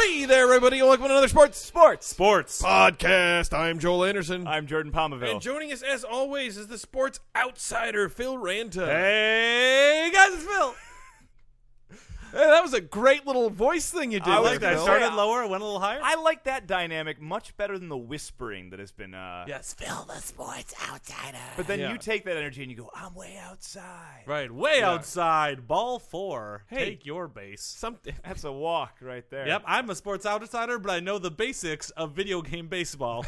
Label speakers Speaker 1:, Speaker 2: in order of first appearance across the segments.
Speaker 1: Hey there, everybody, and welcome to another Sports
Speaker 2: Sports
Speaker 1: Sports.
Speaker 2: Podcast. I'm Joel Anderson.
Speaker 1: I'm Jordan Palmaville.
Speaker 2: and joining us, as always, is the sports outsider, Phil Ranta.
Speaker 1: hey, guys, it's Phil.
Speaker 2: Hey, that was a great little voice thing you did.
Speaker 1: I
Speaker 2: there,
Speaker 1: like that. I
Speaker 2: Phil.
Speaker 1: started lower, went a little higher.
Speaker 3: I like that dynamic much better than the whispering that has been. Uh,
Speaker 2: Yes.
Speaker 3: Phil the sports outsider. But then
Speaker 2: Yeah.
Speaker 3: you take that energy and you go, I'm way outside.
Speaker 1: Right, way
Speaker 2: Yeah.
Speaker 1: outside, ball four.
Speaker 2: Hey.
Speaker 1: Take your base.
Speaker 2: Something.
Speaker 3: That's a walk right there.
Speaker 1: Yep, I'm a sports outsider, but I know the basics of video game baseball.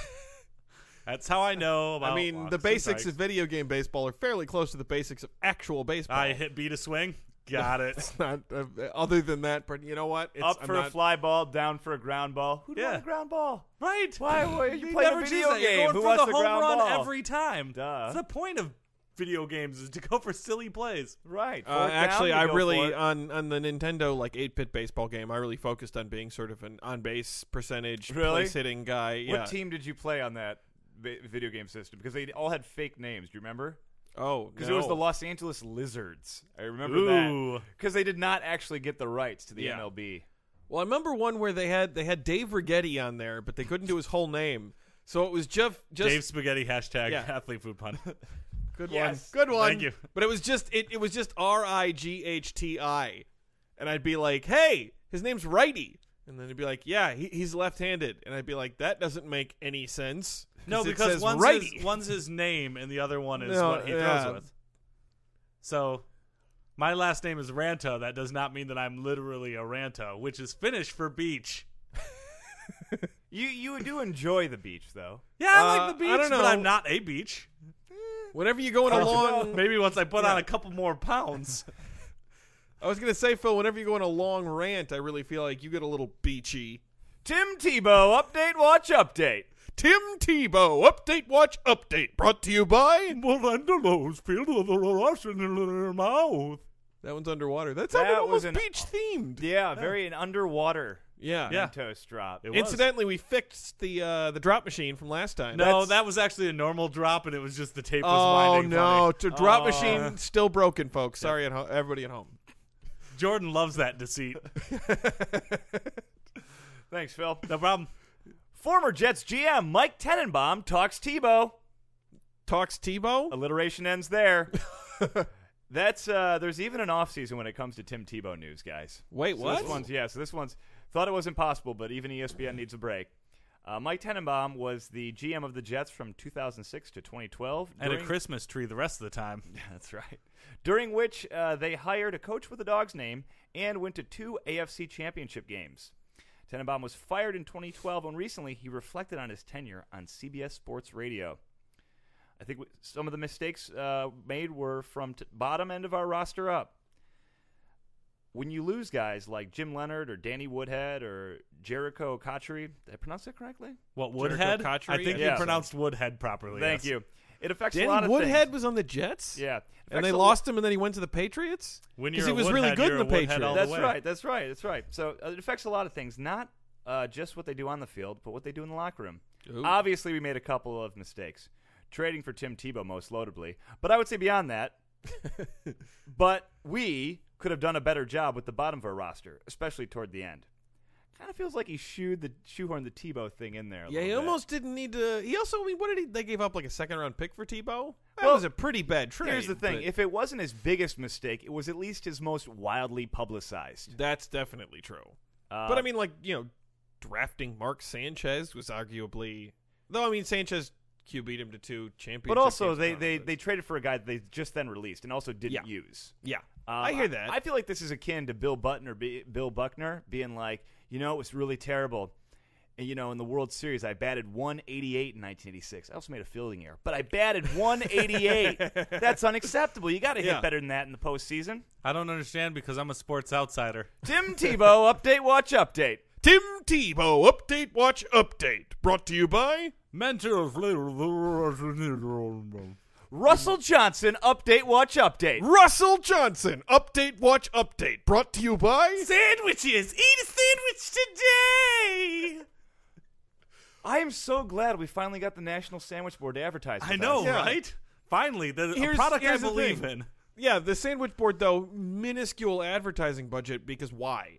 Speaker 1: That's how I know. About
Speaker 2: I mean,
Speaker 1: walks
Speaker 2: the
Speaker 1: and
Speaker 2: basics
Speaker 1: dikes.
Speaker 2: of video game baseball are fairly close to the basics of actual baseball.
Speaker 1: I hit beat a swing. Got it.
Speaker 2: Not, uh, other than that, but you know what? It's,
Speaker 3: Up
Speaker 2: I'm
Speaker 3: for a
Speaker 2: not-
Speaker 3: fly ball, down for a ground ball. Who'd
Speaker 1: Yeah.
Speaker 3: want a ground ball?
Speaker 1: right?
Speaker 3: Why were you
Speaker 1: He
Speaker 3: playing a
Speaker 1: never does
Speaker 3: video
Speaker 1: that. You're
Speaker 3: game?
Speaker 1: Going
Speaker 3: Who
Speaker 1: for
Speaker 3: wants
Speaker 1: the
Speaker 3: a
Speaker 1: home
Speaker 3: ground
Speaker 1: run
Speaker 3: ball?
Speaker 1: every time?
Speaker 3: Duh.
Speaker 1: It's the point of video games is to go for silly plays.
Speaker 3: Right.
Speaker 2: Uh,
Speaker 3: fourth down,
Speaker 2: actually,
Speaker 3: you
Speaker 2: I
Speaker 3: go for
Speaker 2: really uh,
Speaker 3: it.
Speaker 2: on on the Nintendo like eight bit baseball game. I really focused on being sort of an on base percentage,
Speaker 3: Really?
Speaker 2: place hitting guy. yeah.
Speaker 3: What team did you play on that vi- video game system? Because they all had fake names. Do you remember?
Speaker 2: Oh,
Speaker 3: Because it was
Speaker 2: no.
Speaker 3: the Los Angeles Lizards. I remember that.
Speaker 1: Ooh.
Speaker 3: Because they did not actually get the rights to the
Speaker 2: Yeah.
Speaker 3: MLB.
Speaker 2: Well, I remember one where they had they had Dave Rigetti on there, but they couldn't do his whole name, so it was Jeff. Just
Speaker 1: Dave Spaghetti hashtag
Speaker 2: Yeah.
Speaker 1: athlete food pun.
Speaker 2: good
Speaker 3: Yes.
Speaker 2: one, good one.
Speaker 1: Thank you.
Speaker 2: But it was just it, it was just R I G H T I, and I'd be like, hey, his name's Righty, and then he'd be like, yeah, he, he's left-handed, and I'd be like, that doesn't make any sense.
Speaker 1: No,
Speaker 2: it
Speaker 1: because
Speaker 2: says
Speaker 1: one's
Speaker 2: Righty.
Speaker 1: his, one's his name and the other one is
Speaker 2: No,
Speaker 1: what he
Speaker 2: yeah.
Speaker 1: throws with. So, my last name is Ranta. That does not mean that I'm literally a Ranta, which is Finnish for beach.
Speaker 3: You you do enjoy the beach though.
Speaker 1: Yeah, I
Speaker 2: Uh,
Speaker 1: like the beach,
Speaker 2: I don't
Speaker 1: but I'm
Speaker 2: know.
Speaker 1: not a beach.
Speaker 2: Whenever you go on a long
Speaker 1: Maybe once I put on a couple more pounds.
Speaker 2: I was gonna say, Phil, whenever you go on a long rant, I really feel like you get a little beachy.
Speaker 3: Tim Tebow update watch update.
Speaker 2: Tim Tebow, update watch update, brought to you by
Speaker 1: Mirandalos filled with a Russian in their mouth.
Speaker 2: That one's underwater. That
Speaker 3: That
Speaker 2: sounded almost
Speaker 3: was an-
Speaker 2: beach themed.
Speaker 3: Yeah, very an underwater
Speaker 2: Yeah.
Speaker 1: Yeah.
Speaker 3: toast drop.
Speaker 1: It was.
Speaker 2: Incidentally, we fixed the uh, the drop machine from last time.
Speaker 1: No,
Speaker 2: That's-
Speaker 1: that was actually a normal drop, and it was just the tape was
Speaker 2: Oh
Speaker 1: winding
Speaker 2: no,
Speaker 1: funny.
Speaker 2: the drop
Speaker 3: Oh.
Speaker 2: machine still broken, folks. Sorry, at ho- everybody at home.
Speaker 1: Oh. Jordan loves that deceit.
Speaker 3: Thanks, Phil.
Speaker 1: No problem.
Speaker 3: Former Jets GM Mike Tenenbaum talks Tebow.
Speaker 2: Talks
Speaker 1: Um,
Speaker 2: Tebow.
Speaker 3: Alliteration ends there. That's uh there's even an offseason when it comes to Tim Tebow news, guys.
Speaker 2: Wait,
Speaker 3: So
Speaker 2: what?
Speaker 3: This one's yeah. So this one's thought it was impossible, but even E ESPN needs a break. Uh, Mike Tenenbaum was the GM of the Jets from 2006 to 2012.
Speaker 1: And a
Speaker 3: during-
Speaker 1: Christmas tree the rest of the time.
Speaker 3: That's right. During which uh, they hired a coach with a dog's name and went to two AFC championship games. Tenenbaum was fired in 2012, and recently he reflected on his tenure on CBS Sports Radio. I think w- some of the mistakes uh, made were from t- bottom end of our roster up. When you lose guys like Jim Leonard or Danny Woodhead or Jericho Kotchery, did I pronounce that correctly?
Speaker 1: What Woodhead? I
Speaker 2: Kotchery?
Speaker 1: think
Speaker 3: Yeah.
Speaker 1: you pronounced Woodhead properly.
Speaker 3: Thank
Speaker 1: yes.
Speaker 3: you. It affects a lot
Speaker 2: Oh, Danny
Speaker 3: of
Speaker 2: Woodhead
Speaker 3: things.
Speaker 2: was on the Jets.
Speaker 3: Yeah, It
Speaker 2: and
Speaker 3: affects
Speaker 2: they
Speaker 3: a lo-
Speaker 2: lost him, and then he went to the Patriots.
Speaker 1: When
Speaker 2: because
Speaker 1: you're
Speaker 2: he
Speaker 1: a
Speaker 2: was really
Speaker 1: Woodhead,
Speaker 2: good in
Speaker 1: you're
Speaker 2: the
Speaker 1: a Woodhead
Speaker 2: Patriots.
Speaker 1: all the
Speaker 3: That's
Speaker 1: way.
Speaker 3: right. That's right. That's right. So uh, it affects a lot of things, not uh, just what they do on the field, but what they do in the locker room.
Speaker 2: Ooh.
Speaker 3: Obviously, we made a couple of mistakes, trading for Tim Tebow most notably. But I would say beyond that, but we could have done a better job with the bottom of our roster, especially toward the end. Kind of feels like he shooed the shoehorned the Tebow thing in there. A
Speaker 2: Yeah,
Speaker 3: little
Speaker 2: he
Speaker 3: bit.
Speaker 2: almost didn't need to. He also, I mean, what did he? They gave up like a second round pick for Tebow. That
Speaker 3: Well,
Speaker 2: was a pretty bad trade.
Speaker 3: Here's the thing:
Speaker 2: but
Speaker 3: if it wasn't his biggest mistake, it was at least his most wildly publicized.
Speaker 2: that's definitely true.
Speaker 3: Uh,
Speaker 2: but I mean, like you know, drafting Mark Sanchez was arguably, though. I mean, Sanchez Q beat him to two championships.
Speaker 3: But also, they, they, they traded for a guy that they just then released and also didn't
Speaker 2: Yeah.
Speaker 3: use.
Speaker 2: yeah,
Speaker 3: Um,
Speaker 2: I hear that.
Speaker 3: I, feel like this is akin to Bill Buckner, be, Bill Buckner being like, you know, it was really terrible. and, you know, in the World Series, I batted 188 in 1986. I also made a fielding error, but I batted 188. That's unacceptable. You got to hit
Speaker 2: Yeah.
Speaker 3: better than that in the postseason.
Speaker 1: I don't understand because I'm a sports outsider.
Speaker 3: Tim Tebow, update, watch, update.
Speaker 2: Tim Tebow update watch update brought to you by
Speaker 1: Mentor of
Speaker 3: Russell Johnson, update, watch, update.
Speaker 2: Russell Johnson update watch update brought to you by
Speaker 1: sandwiches. Eat a sandwich today.
Speaker 3: I am so glad we finally got the National Sandwich Board to advertise. with
Speaker 1: I know,
Speaker 3: us.
Speaker 2: Yeah.
Speaker 1: right? Finally, the a
Speaker 2: Here's-
Speaker 1: product I
Speaker 2: here's the
Speaker 1: believe
Speaker 2: thing.
Speaker 1: in.
Speaker 2: Yeah, the sandwich board though minuscule advertising budget because why?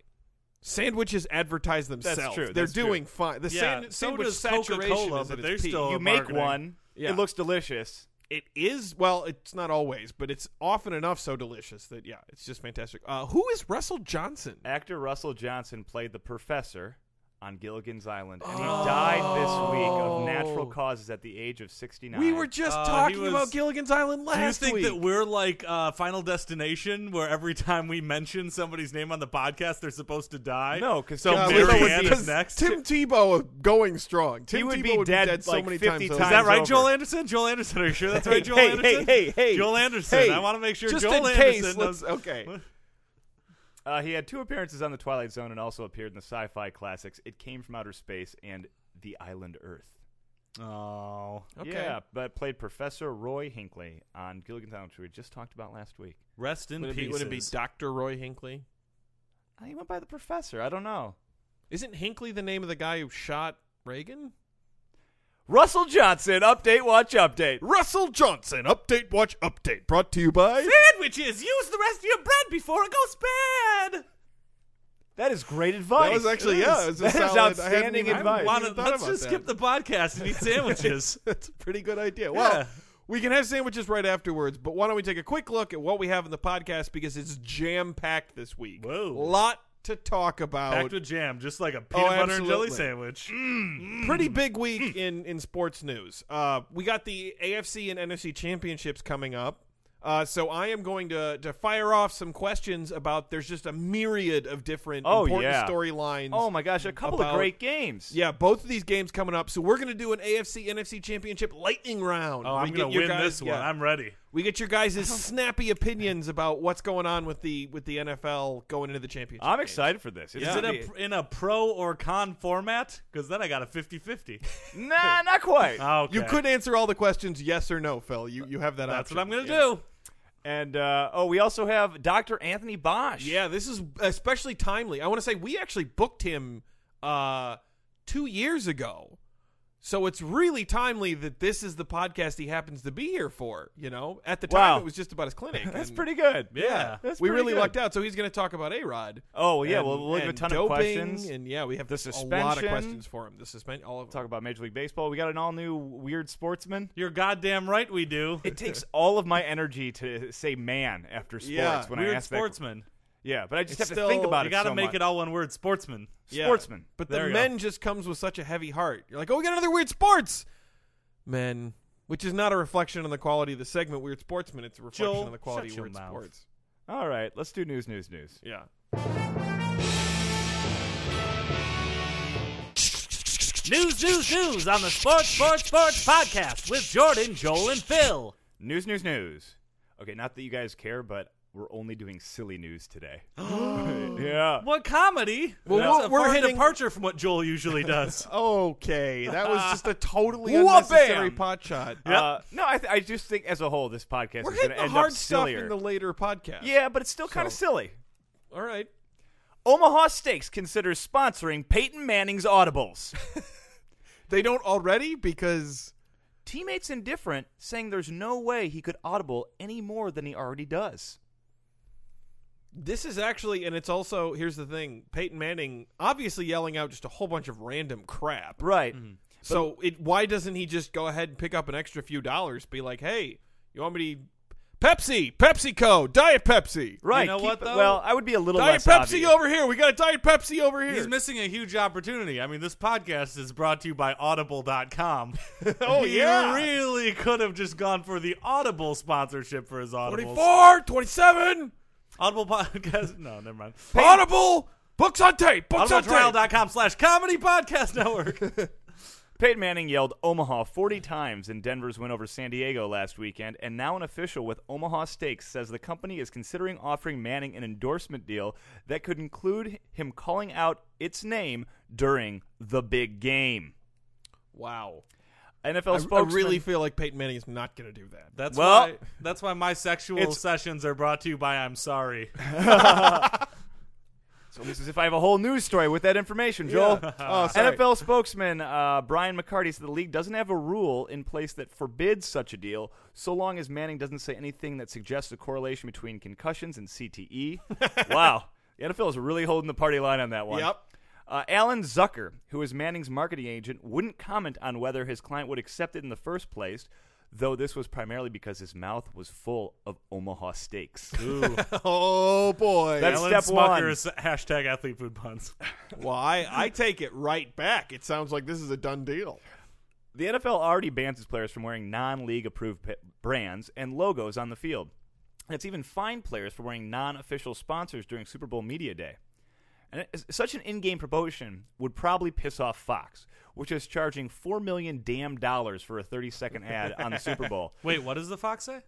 Speaker 2: Sandwiches advertise themselves.
Speaker 3: true,
Speaker 2: They're
Speaker 3: that's true.
Speaker 2: doing fine. The
Speaker 1: Yeah,
Speaker 2: san-
Speaker 1: so
Speaker 2: sandwich
Speaker 1: does
Speaker 2: saturation
Speaker 1: Coca-Cola,
Speaker 2: is at
Speaker 1: but
Speaker 2: its
Speaker 1: they're
Speaker 2: peak.
Speaker 1: still-
Speaker 3: You make
Speaker 1: Marketing.
Speaker 3: one,
Speaker 2: Yeah.
Speaker 3: it looks delicious.
Speaker 2: It is well. It's not always, but it's often enough so delicious that yeah, it's just fantastic. Uh, who is Russell Johnson?
Speaker 3: Actor Russell Johnson played the professor on Gilligan's Island, and he died this week of natural causes at the age of 69.
Speaker 2: Oh. We were just
Speaker 1: Uh, he
Speaker 2: talking
Speaker 1: was-
Speaker 2: about Gilligan's Island last
Speaker 1: Do you think
Speaker 2: week.
Speaker 1: that we're like uh, Final Destination, where every time we mention somebody's name on the podcast, they're supposed to die?
Speaker 3: No, 'cause
Speaker 1: so
Speaker 3: Tim
Speaker 2: Uh, we-
Speaker 3: Tebow
Speaker 1: Mary
Speaker 3: would
Speaker 1: Ann
Speaker 3: be-
Speaker 1: is next.
Speaker 2: Tim Tebow going strong. Tim
Speaker 3: He would
Speaker 2: Tebow
Speaker 3: be
Speaker 2: would
Speaker 3: dead,
Speaker 2: be dead so
Speaker 3: like,
Speaker 2: many
Speaker 3: 50
Speaker 2: times.
Speaker 1: is
Speaker 3: times
Speaker 1: that right,
Speaker 3: over.
Speaker 1: Joel Anderson? Joel Anderson, are you sure that's right, Joel
Speaker 3: hey,
Speaker 1: Anderson?
Speaker 3: hey, hey.
Speaker 1: Joel Anderson.
Speaker 2: Hey,
Speaker 1: I want to make sure
Speaker 2: Just
Speaker 1: Joel
Speaker 2: in case,
Speaker 1: Anderson
Speaker 2: let's-
Speaker 1: knows.
Speaker 2: okay.
Speaker 3: Uh, he had two appearances on The Twilight Zone and also appeared in the sci fi classics It Came from Outer Space and The Island Earth.
Speaker 1: Oh,
Speaker 2: Okay.
Speaker 3: Yeah, but played Professor Roy Hinckley on Gilligan's Island, which we just talked about last week.
Speaker 1: rest in
Speaker 2: Would it,
Speaker 1: peace.
Speaker 2: be, would it be Dr. Roy Hinckley?
Speaker 3: Uh, He went by the professor. I don't know.
Speaker 2: Isn't Hinckley the name of the guy who shot Reagan?
Speaker 3: Russell Johnson, update, watch, update.
Speaker 2: Russell Johnson, update, watch, update, brought to you by.
Speaker 1: Sandwiches. Use the rest of your bread before it goes bad.
Speaker 3: That is great advice.
Speaker 2: was actually- yeah, it was a
Speaker 3: That is
Speaker 2: solid- I hadn't
Speaker 3: outstanding
Speaker 2: even- I
Speaker 3: advice.
Speaker 2: hadn't
Speaker 1: Wanna-
Speaker 2: even thought
Speaker 1: let's
Speaker 2: about
Speaker 1: just
Speaker 2: that.
Speaker 1: skip the podcast and eat sandwiches.
Speaker 2: That's a pretty good idea. Well,
Speaker 1: Yeah.
Speaker 2: we can have sandwiches right afterwards, but why don't we take a quick look at what we have in the podcast because it's jam packed this week.
Speaker 1: Whoa.
Speaker 2: Lot to talk about.
Speaker 1: Packed with jam, just like a peanut butter and jelly
Speaker 2: absolutely.
Speaker 1: sandwich.
Speaker 2: pretty big week in in sports news. Uh, we got the AFC and NFC championships coming up. Uh, so I am going to to fire off some questions about. There's just a myriad of different
Speaker 3: Oh,
Speaker 2: important
Speaker 3: yeah.
Speaker 2: storylines.
Speaker 3: Oh my gosh, a couple
Speaker 2: about-
Speaker 3: of great games.
Speaker 2: Yeah, both of these games coming up. So we're going to do an AFC NFC championship lightning round.
Speaker 1: Oh,
Speaker 2: We
Speaker 1: I'm
Speaker 2: get
Speaker 1: gonna
Speaker 2: your
Speaker 1: win
Speaker 2: guys-
Speaker 1: this one.
Speaker 2: yeah.
Speaker 1: I'm ready.
Speaker 2: we get your guys' snappy opinions about what's going on with the with the NFL going into the championship.
Speaker 1: Oh,
Speaker 3: I'm
Speaker 2: game.
Speaker 3: excited for this. It's
Speaker 1: Is it
Speaker 3: gonna
Speaker 1: a, in a pro or con format? Because then I got a 50-50.
Speaker 3: be- nah, not quite.
Speaker 1: Ah, Okay.
Speaker 2: You could answer all the questions yes or no, Phil. You you have that.
Speaker 1: That's what I'm
Speaker 2: going
Speaker 1: gonna
Speaker 2: to
Speaker 1: do.
Speaker 3: and uh, oh, we also have Dr. Anthony Bosch.
Speaker 2: Yeah, this is especially timely. I want to say we actually booked him uh, two years ago. So it's really timely that this is the podcast he happens to be here for. You know, at the time
Speaker 3: Wow.
Speaker 2: it was just about his clinic.
Speaker 3: that's
Speaker 2: and-
Speaker 3: pretty good.
Speaker 1: Yeah.
Speaker 3: that's
Speaker 2: we
Speaker 3: pretty
Speaker 2: really
Speaker 3: good.
Speaker 2: lucked out. So he's going to talk about A Rod.
Speaker 3: Oh well, yeah, well we'll have a
Speaker 2: and
Speaker 3: ton
Speaker 2: doping,
Speaker 3: of questions.
Speaker 2: and yeah, we have
Speaker 3: The
Speaker 2: a lot of
Speaker 3: suspension.
Speaker 2: questions for him. The suspension, all of them.
Speaker 3: Talk about Major League Baseball. We got an all new weird sportsman.
Speaker 1: You're goddamn right we do.
Speaker 3: It takes all of my energy to say "man" after sports
Speaker 2: Yeah,
Speaker 3: when I
Speaker 1: Weird
Speaker 3: ask that-
Speaker 1: sportsman.
Speaker 3: Yeah, but I just
Speaker 2: It's
Speaker 3: have to think
Speaker 2: still-
Speaker 3: about
Speaker 1: You
Speaker 3: it.
Speaker 1: gotta
Speaker 3: so
Speaker 1: make
Speaker 3: much.
Speaker 1: it all one word. Sportsman.
Speaker 2: Yeah.
Speaker 3: sportsman.
Speaker 2: But
Speaker 1: There
Speaker 2: the
Speaker 1: you
Speaker 2: men just comes with such a heavy heart. You're like, oh, we got another weird sports men, which is not a reflection on the quality of the segment Weird Sportsmen. It's a reflection
Speaker 1: Joel,
Speaker 2: on the quality
Speaker 1: shut
Speaker 2: of
Speaker 1: your
Speaker 2: weird
Speaker 1: mouth.
Speaker 2: sports.
Speaker 3: All right, let's do news, news, news.
Speaker 2: Yeah.
Speaker 1: News, news, news on the Sports, Sports, Sports podcast with Jordan, Joel, and Phil.
Speaker 3: News, news, news. Okay, not that you guys care, but we're only doing silly news today. yeah.
Speaker 1: What comedy?
Speaker 2: Well,
Speaker 1: That's
Speaker 2: we're-
Speaker 1: a
Speaker 2: we're
Speaker 1: far
Speaker 2: hitting-
Speaker 1: departure from what Joel usually does.
Speaker 2: Okay, that was just a totally
Speaker 3: Wha-bam!
Speaker 2: unnecessary pot shot.
Speaker 3: Uh, no, I, th- I just think as a whole, this podcast
Speaker 2: We're
Speaker 3: is
Speaker 2: hitting
Speaker 3: going to
Speaker 2: the
Speaker 3: end
Speaker 2: hard
Speaker 3: up
Speaker 2: stuff
Speaker 3: sillier.
Speaker 2: in the later podcast.
Speaker 3: yeah, but it's still kind of
Speaker 2: So-
Speaker 3: silly.
Speaker 2: All right.
Speaker 3: Omaha Steaks considers sponsoring Peyton Manning's audibles.
Speaker 2: They don't already because
Speaker 3: Teammates indifferent, saying there's no way he could audible any more than he already does.
Speaker 2: this is actually, and it's also here's the thing: Peyton Manning obviously yelling out just a whole bunch of random crap.
Speaker 3: Right.
Speaker 2: So it why doesn't he just go ahead and pick up an extra few dollars? Be like, hey, you want me to Pepsi, PepsiCo, Diet Pepsi,
Speaker 3: Right.
Speaker 1: You know
Speaker 3: keep
Speaker 1: what,
Speaker 3: it-
Speaker 1: though?
Speaker 3: Well, I would be a little
Speaker 2: Diet
Speaker 3: less
Speaker 2: Pepsi
Speaker 3: obvious.
Speaker 2: over here. We got a Diet Pepsi over here.
Speaker 1: He's missing a huge opportunity. I mean, this podcast is brought to you by Audible.com.
Speaker 2: Oh,
Speaker 1: he
Speaker 2: yeah.
Speaker 1: really could have just gone for the Audible sponsorship for his Audibles.
Speaker 2: 24, 27,
Speaker 1: Audible podcast. No, never mind.
Speaker 2: Audible, Books on tape. Books on tape.
Speaker 4: audibletrial.com slash comedy podcast network.
Speaker 3: Peyton Manning yelled Omaha 40 times in Denver's win over San Diego last weekend, and now an official with Omaha Steaks says the company is considering offering Manning an endorsement deal that could include him calling out its name during the big game.
Speaker 2: Wow.
Speaker 3: NFL
Speaker 2: I, I
Speaker 3: spokesman
Speaker 2: really feel like Peyton Manning is not going to do that.
Speaker 4: That's
Speaker 3: Well,
Speaker 4: why that's why my sexual
Speaker 3: it's-
Speaker 4: sessions are brought to you by I'm sorry.
Speaker 3: It's almost as if I have a whole news story with that information, Joel. Uh,
Speaker 2: Oh, sorry.
Speaker 3: NFL spokesman uh, Brian McCarty said the league doesn't have a rule in place that forbids such a deal, so long as Manning doesn't say anything that suggests a correlation between concussions and CTE. wow, the NFL is really holding the party line on that one.
Speaker 2: Yep.
Speaker 3: Uh, Alan Zucker, who is Manning's marketing agent, wouldn't comment on whether his client would accept it in the first place, though this was primarily because his mouth was full of Omaha steaks.
Speaker 4: Ooh.
Speaker 2: Oh boy.
Speaker 3: That's
Speaker 4: Alan
Speaker 3: step one.
Speaker 4: Smucker's hashtag athlete food puns.
Speaker 2: well, I, I take it right back. It sounds like this is a done deal.
Speaker 3: The NFL already bans its players from wearing non league approved p- brands and logos on the field. And it's even fined players for wearing non official sponsors during Super Bowl Media Day. And it- such an in game promotion would probably piss off Fox, which is charging $4 million damn dollars for a 30 second ad on the Super Bowl.
Speaker 4: Wait, what does the fox say?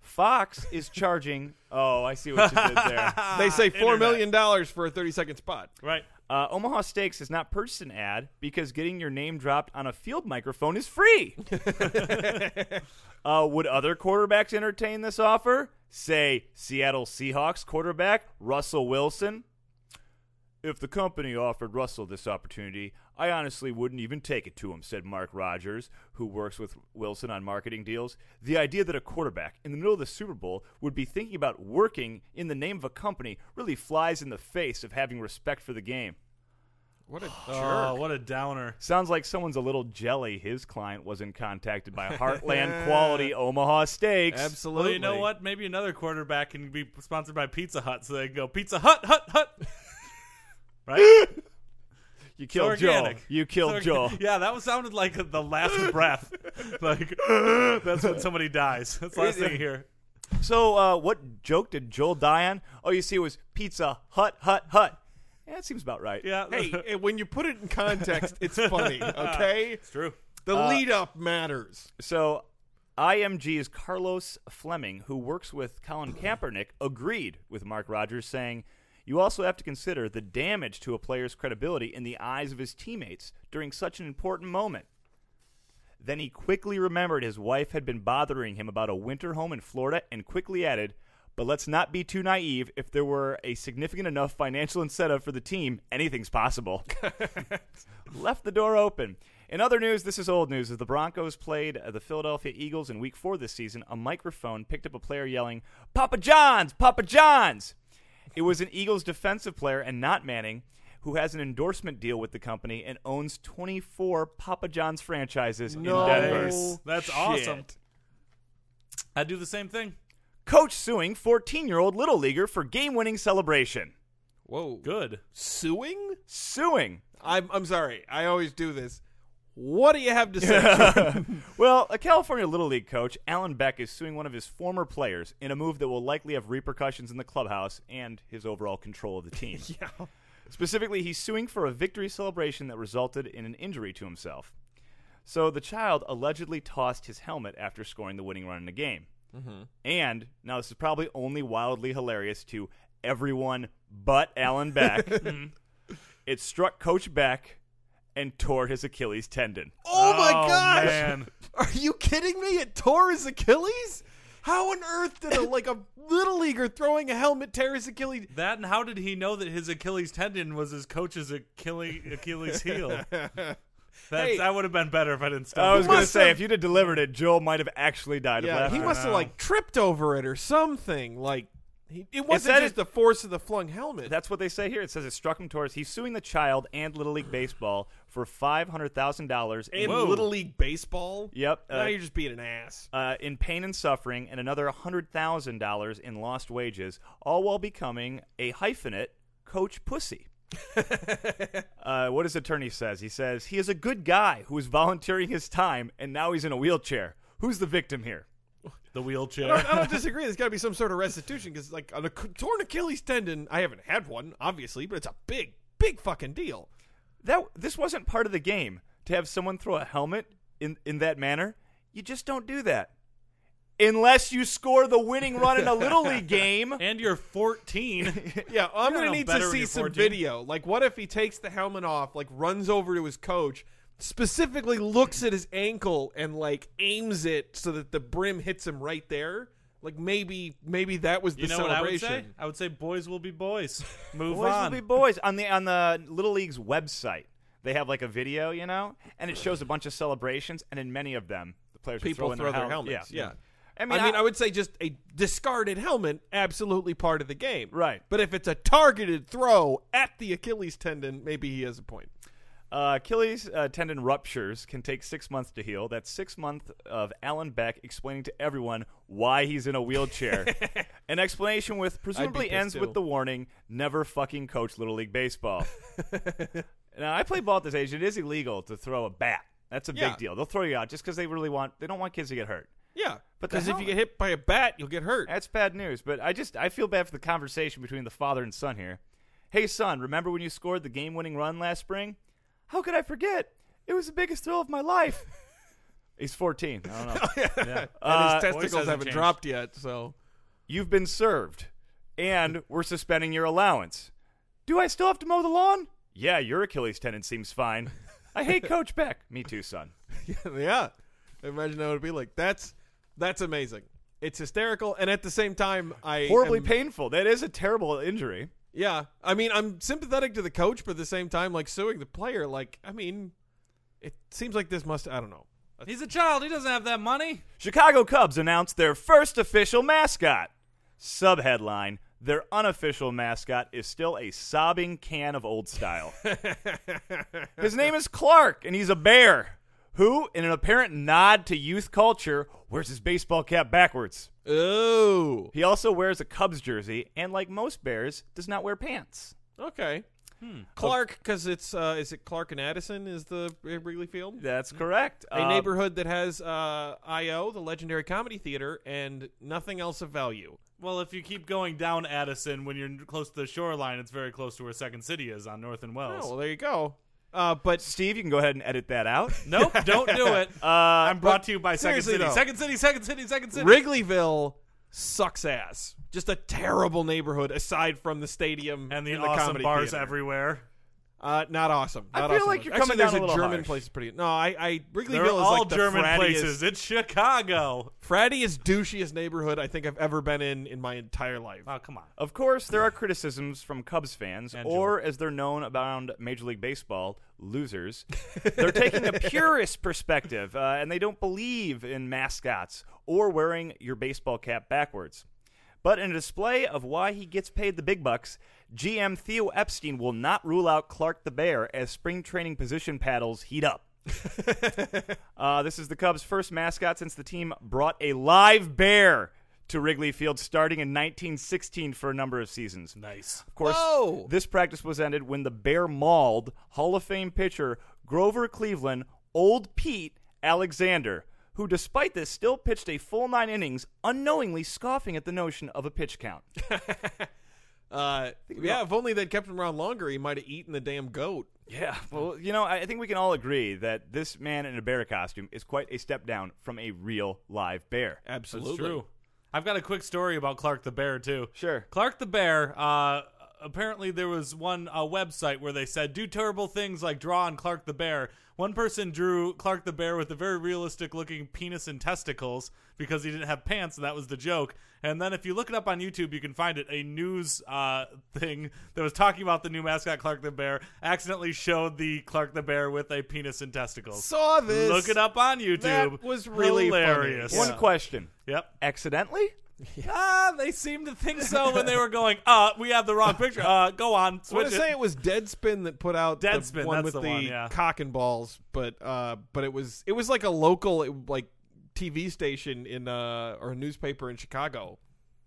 Speaker 3: Fox is charging. Oh, I see what you did there.
Speaker 2: They say four
Speaker 4: Internet.
Speaker 2: million dollars for a thirty-second spot.
Speaker 4: Right.
Speaker 3: Uh, Omaha Steaks has not purchased an ad because getting your name dropped on a field microphone is free. uh, would other quarterbacks entertain this offer? Say, Seattle Seahawks quarterback Russell Wilson? If the company offered Russell this opportunity, I honestly wouldn't even take it to him, said Mark Rogers, who works with Wilson on marketing deals. The idea that a quarterback in the middle of the Super Bowl would be thinking about working in the name of a company really flies in the face of having respect for the game.
Speaker 2: What a jerk!
Speaker 4: Oh, what a downer.
Speaker 3: Sounds like someone's a little jelly his client wasn't contacted by Heartland Quality Omaha Steaks.
Speaker 2: Absolutely.
Speaker 4: Well, you know what? Maybe another quarterback can be sponsored by Pizza Hut, so they can go Pizza Hut, Hut, Hut. right?
Speaker 3: You killed Joel.
Speaker 4: organic.
Speaker 3: You killed
Speaker 4: It's
Speaker 3: Joel.
Speaker 4: orga- Yeah, that was sounded like the last breath. Like that's when somebody dies. That's the last thing you hear.
Speaker 3: So, uh, what joke did Joel die on? Oh, you see, it was Pizza Hut, Hut, Hut. Yeah, that seems about right.
Speaker 4: Yeah.
Speaker 2: Hey, eh, when you put it in context, it's funny. Okay,
Speaker 4: it's true.
Speaker 2: the lead up matters.
Speaker 3: So, IMG's Carlos Fleming, who works with Colin Kaepernick, agreed with Mark Rogers, saying, You also have to consider the damage to a player's credibility in the eyes of his teammates during such an important moment. Then he quickly remembered his wife had been bothering him about a winter home in Florida and quickly added, But let's not be too naive. If there were a significant enough financial incentive for the team, anything's possible. Left the door open. In other news, this is old news. As the Broncos played uh, the Philadelphia Eagles in week four this season, a microphone picked up a player yelling, Papa John's! Papa John's! It was an Eagles defensive player and not Manning who has an endorsement deal with the company and owns 24 Papa John's franchises
Speaker 2: No.
Speaker 3: in Denver.
Speaker 2: Nice.
Speaker 4: That's
Speaker 3: Shit.
Speaker 4: awesome. I do the same thing.
Speaker 3: Coach suing 14 year old little leaguer for game winning celebration.
Speaker 2: Whoa,
Speaker 4: Good.
Speaker 2: suing?
Speaker 3: Suing.
Speaker 2: I'm I'm sorry. I always do this. What do you have to say?
Speaker 3: Well, a California Little League coach, Alan Beck, is suing one of his former players in a move that will likely have repercussions in the clubhouse and his overall control of the team. yeah. Specifically, he's suing for a victory celebration that resulted in an injury to himself. So the child allegedly tossed his helmet after scoring the winning run in the game. And now this is probably only wildly hilarious to everyone but Alan Beck. it struck Coach Beck and tore his Achilles tendon.
Speaker 2: oh my gosh!
Speaker 4: man.
Speaker 2: Are you kidding me? It tore his Achilles. How on earth did a like a little leaguer throwing a helmet tear his Achilles?
Speaker 4: That and how did he know that his Achilles tendon was his coach's Achilles, Achilles heel? That,
Speaker 2: Hey.
Speaker 4: that would have been better if I didn't
Speaker 3: I
Speaker 4: stop.
Speaker 3: was going to
Speaker 2: must
Speaker 3: say,
Speaker 2: have-
Speaker 3: if you'd have delivered it, Joel might have actually died of
Speaker 2: Yeah,
Speaker 3: laughter.
Speaker 2: he must have like tripped over it or something. Like he, it wasn't
Speaker 3: said
Speaker 2: just
Speaker 3: it-
Speaker 2: the force of the flung helmet.
Speaker 3: That's what they say here. It says it struck him towards. He's suing the child and Little League Baseball for five hundred thousand dollars.
Speaker 2: in
Speaker 4: Whoa.
Speaker 2: little league baseball.
Speaker 3: Yep.
Speaker 2: Now
Speaker 3: uh,
Speaker 2: you're just being an ass.
Speaker 3: uh, in pain and suffering, and another hundred thousand dollars in lost wages, all while becoming a hyphenate, Coach Pussy. uh, what his attorney says, he says he is a good guy who is volunteering his time, and now he's in a wheelchair. Who's the victim here?
Speaker 4: the
Speaker 2: I
Speaker 4: wheelchair.
Speaker 2: I don't disagree. There's got to be some sort of restitution because, like, on a c- torn Achilles tendon, I haven't had one, obviously, but it's a big big fucking deal.
Speaker 3: That this wasn't part of the game to have someone throw a helmet in in that manner. You just don't do that unless you score the winning run in a little league game.
Speaker 1: And you're 14.
Speaker 2: Yeah, I'm
Speaker 1: You're
Speaker 2: gonna
Speaker 1: no
Speaker 2: need to
Speaker 1: better when
Speaker 2: see
Speaker 1: you're
Speaker 2: some
Speaker 1: 14.
Speaker 2: video. Like, what if he takes the helmet off, like runs over to his coach, specifically looks at his ankle and like aims it so that the brim hits him right there? Like maybe, maybe that was the
Speaker 1: you know what I would
Speaker 2: celebration.
Speaker 1: say? I would say boys will be boys. Move
Speaker 3: Boys
Speaker 1: on.
Speaker 3: will be boys on the on the Little League's website. They have like a video, you know, and it shows a bunch of celebrations, and in many of them, the players
Speaker 2: People
Speaker 3: will
Speaker 2: throw,
Speaker 3: throw, in
Speaker 2: their
Speaker 3: hel-
Speaker 2: helmets. Yeah.
Speaker 3: I mean,
Speaker 2: I mean, I, would say just a discarded helmet, absolutely part of the game.
Speaker 3: Right.
Speaker 2: But if it's a targeted throw at the Achilles tendon, maybe he has a point.
Speaker 3: Uh, Achilles uh, tendon ruptures can take six months to heal. That's six months of Alan Beck explaining to everyone why he's in a wheelchair. An explanation with presumably
Speaker 2: pissed
Speaker 3: ends
Speaker 2: too.
Speaker 3: with the warning: "Never fucking coach little league baseball." now, I played ball at this age. It is illegal to throw a bat. That's a
Speaker 2: Yeah.
Speaker 3: big deal. They'll throw you out just because they really want. They don't want kids to get hurt.
Speaker 2: Yeah.
Speaker 3: But the
Speaker 2: because if you
Speaker 3: helmet-
Speaker 2: get hit by a bat, you'll get hurt.
Speaker 3: That's bad news. But I just I feel bad for the conversation between the father and son here. Hey son, remember when you scored the game-winning run last spring? How could I forget? It was the biggest thrill of my life. He's 14. I don't know.
Speaker 2: and
Speaker 3: Uh,
Speaker 1: voice
Speaker 2: his testicles
Speaker 1: hasn't
Speaker 2: haven't
Speaker 1: changed.
Speaker 2: dropped yet, so
Speaker 3: You've been served, and we're suspending your allowance. Do I still have to mow the lawn? Yeah, your Achilles tendon seems fine. I hate Coach Beck. Me too, son.
Speaker 2: yeah. Imagine that would be like. That's that's amazing. It's hysterical, and at the same time, I
Speaker 3: Horribly
Speaker 2: am-
Speaker 3: painful. That is a terrible injury.
Speaker 2: Yeah, I mean, I'm sympathetic to the coach, but at the same time, like suing the player. Like, I mean, it seems like this must. I don't know.
Speaker 1: He's a child. He doesn't have that money.
Speaker 3: Chicago Cubs announced their first official mascot. Subheadline Their unofficial mascot is still a sobbing can of old style. His name is Clark, and he's a bear who, in an apparent nod to youth culture, wears his baseball cap backwards.
Speaker 2: Oh,
Speaker 3: He also wears a Cubs jersey and, like most bears, does not wear pants.
Speaker 2: okay. Clark, because it's uh, is it Clark and Addison is the uh, Wrigley Field.
Speaker 3: That's correct. Uh,
Speaker 2: a neighborhood that has uh, IO, the legendary comedy theater, and nothing else of value.
Speaker 1: Well, if you keep going down Addison when you're close to the shoreline, it's very close to where Second City is on North and
Speaker 2: Oh,
Speaker 1: Wells.
Speaker 2: well, there you go. Uh, but
Speaker 3: Steve, you can go ahead and edit that out.
Speaker 1: Nope, don't do it.
Speaker 3: Uh, I'm
Speaker 1: Brought to you by Second
Speaker 2: seriously,
Speaker 1: City.
Speaker 2: though.
Speaker 1: Second City, Second City, Second City.
Speaker 2: Wrigleyville sucks ass. Just a terrible neighborhood aside from the stadium
Speaker 1: and the,
Speaker 2: and
Speaker 1: awesome
Speaker 2: comedy
Speaker 1: bars
Speaker 2: theater.
Speaker 1: everywhere.
Speaker 2: Uh, not awesome.
Speaker 3: I
Speaker 2: Not
Speaker 3: feel
Speaker 2: awesome.
Speaker 3: like you're
Speaker 2: Actually,
Speaker 3: coming
Speaker 2: there's
Speaker 3: down a
Speaker 2: a
Speaker 3: little
Speaker 2: German
Speaker 3: harsh.
Speaker 2: place. that's Pretty no. I, I Wrigleyville
Speaker 1: They're
Speaker 2: is
Speaker 1: all
Speaker 2: like the
Speaker 1: German
Speaker 2: frattiest,
Speaker 1: places. It's Chicago.
Speaker 2: frattiest, douchiest neighborhood I think I've ever been in in my entire life.
Speaker 1: Oh, come on.
Speaker 3: Of course, there are criticisms from Cubs fans,
Speaker 1: And
Speaker 3: or as they're known around Major League Baseball, losers. they're taking a purist perspective, uh, and they don't believe in mascots or wearing your baseball cap backwards. But in a display of why he gets paid the big bucks, GM Theo Epstein will not rule out Clark the Bear as spring training position paddles heat up. Uh, this is the Cubs' first mascot since the team brought a live bear to Wrigley Field starting in 1916 for a number of seasons.
Speaker 1: Nice.
Speaker 3: Of course,
Speaker 2: Whoa!
Speaker 3: this practice was ended when the bear mauled Hall of Fame pitcher Grover Cleveland, old Pete Alexander, who, despite this, still pitched a full nine innings, unknowingly scoffing at the notion of a pitch count.
Speaker 2: Uh, yeah, if only they'd kept him around longer, he might have eaten the damn goat.
Speaker 3: Yeah, well, you know, I I think we can all agree that this man in a bear costume is quite a step down from a real live bear.
Speaker 2: Absolutely.
Speaker 1: It's true. I've got a quick story about Clark the Bear too.
Speaker 3: Sure.
Speaker 1: Clark the Bear. Uh, apparently, there was one uh, website where they said do terrible things like draw on Clark the Bear. One person drew Clark the Bear with a very realistic-looking penis and testicles because he didn't have pants, and that was the joke. And then, if you look it up on YouTube, you can find it. A news uh, thing that was talking about the new mascot Clark the Bear accidentally showed the Clark the Bear with a penis and testicles.
Speaker 2: Saw this.
Speaker 1: Look it up on YouTube.
Speaker 2: That was really funny.
Speaker 1: hilarious.
Speaker 3: One
Speaker 2: Yeah.
Speaker 3: question.
Speaker 1: Yep.
Speaker 3: Accidentally?
Speaker 1: Ah, they seemed to think so when they were going. Uh, we have the wrong picture. Uh, go on,
Speaker 2: I want
Speaker 1: switch
Speaker 2: to say
Speaker 1: it.
Speaker 2: it was Deadspin that put out the
Speaker 1: Deadspin,
Speaker 2: one
Speaker 1: that's
Speaker 2: with
Speaker 1: the one, yeah.
Speaker 2: cock and balls, but uh, but it was it was like a local it- like TV station in uh, or a newspaper in Chicago.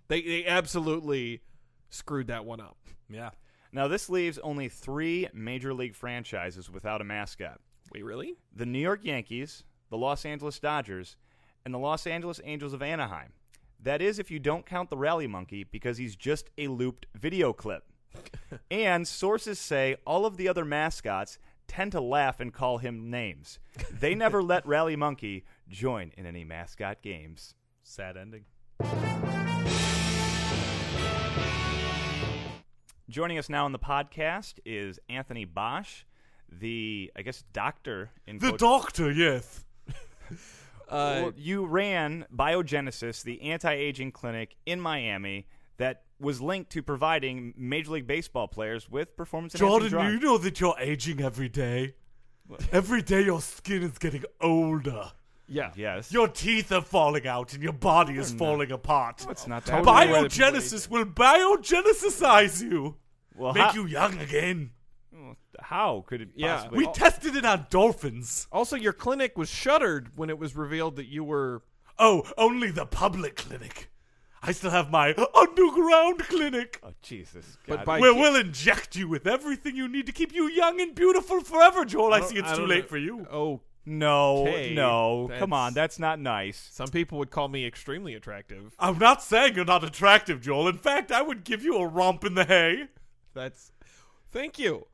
Speaker 2: They they absolutely screwed that one up.
Speaker 1: Yeah,
Speaker 3: Now, this leaves only three major league franchises without a mascot
Speaker 2: Wait, really?
Speaker 3: the New York Yankees, the Los Angeles Dodgers, and the Los Angeles Angels of Anaheim. That is, if you don't count the rally monkey because he's just a looped video clip. and sources say all of the other mascots tend to laugh and call him names. They never let Rally Monkey join in any mascot games.
Speaker 4: Sad ending.
Speaker 3: Joining us now on the podcast is Anthony Bosch, the I guess doctor in quotes.
Speaker 4: doctor, yes.
Speaker 3: Well, you ran Biogenesis, the anti-aging clinic in Miami that was linked to providing Major League Baseball players with performance enhancing drugs.
Speaker 4: know that you're aging every day. Every day your skin is getting older.
Speaker 2: yeah.
Speaker 3: Yes.
Speaker 4: Your teeth are falling out and your body is falling apart.
Speaker 3: it's not that.
Speaker 2: Totally.
Speaker 3: bad.
Speaker 2: way to put
Speaker 4: Biogenesis will biogenesisize you.
Speaker 3: Well,
Speaker 1: Uh-huh.
Speaker 4: Make
Speaker 3: how,
Speaker 4: you young again.
Speaker 3: how could it
Speaker 2: Yeah.
Speaker 3: possibly?
Speaker 1: oh.
Speaker 4: We tested it on dolphins.
Speaker 2: Also, your clinic was shuttered when it was revealed that you were.
Speaker 4: Oh, only the public clinic. I still have my underground clinic.
Speaker 3: oh, Jesus.
Speaker 2: But
Speaker 3: God.
Speaker 2: by
Speaker 4: Where we'll inject you with everything you need to keep you young and beautiful forever, Joel. I, see it's
Speaker 2: I
Speaker 4: too
Speaker 2: don't
Speaker 4: late
Speaker 2: know-
Speaker 4: for you.
Speaker 2: Oh,
Speaker 3: no,
Speaker 2: Okay,
Speaker 3: no.
Speaker 2: that's-
Speaker 3: Come on, that's not nice.
Speaker 2: some people would call me extremely attractive.
Speaker 4: I'm not saying you're not attractive, Joel. In fact, I would give you a romp in the hay.
Speaker 2: That's. Thank you,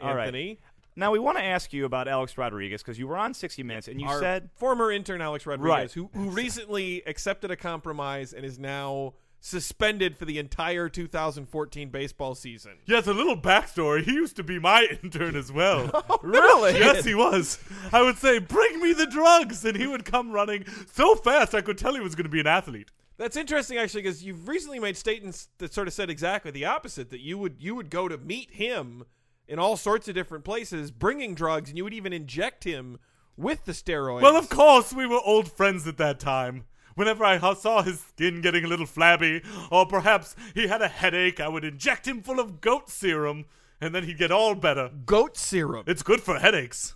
Speaker 3: All right.
Speaker 2: Anthony.
Speaker 3: Now we want to ask you about Alex Rodriguez because you were on 60 Minutes and you
Speaker 2: Our
Speaker 3: said
Speaker 2: former intern Alex Rodriguez,
Speaker 3: Right.
Speaker 2: who who recently accepted a compromise and is now suspended for the entire 2014 baseball season.
Speaker 4: Yes, a little backstory. He used to be my intern as well.
Speaker 2: Oh, Really?
Speaker 4: yes, he was. I would say, bring me the drugs. And he would come running so fast I could tell he was going to be an athlete.
Speaker 2: That's interesting, actually, because you've recently made statements that sort of said exactly the opposite. That you would you would go to meet him in all sorts of different places, bringing drugs, and you would even inject him with the steroids.
Speaker 4: Well, of course, we were old friends at that time. Whenever I ho- saw his skin getting a little flabby, or perhaps he had a headache, I would inject him full of goat serum, and then he'd get all better.
Speaker 2: goat serum.
Speaker 4: It's good for headaches.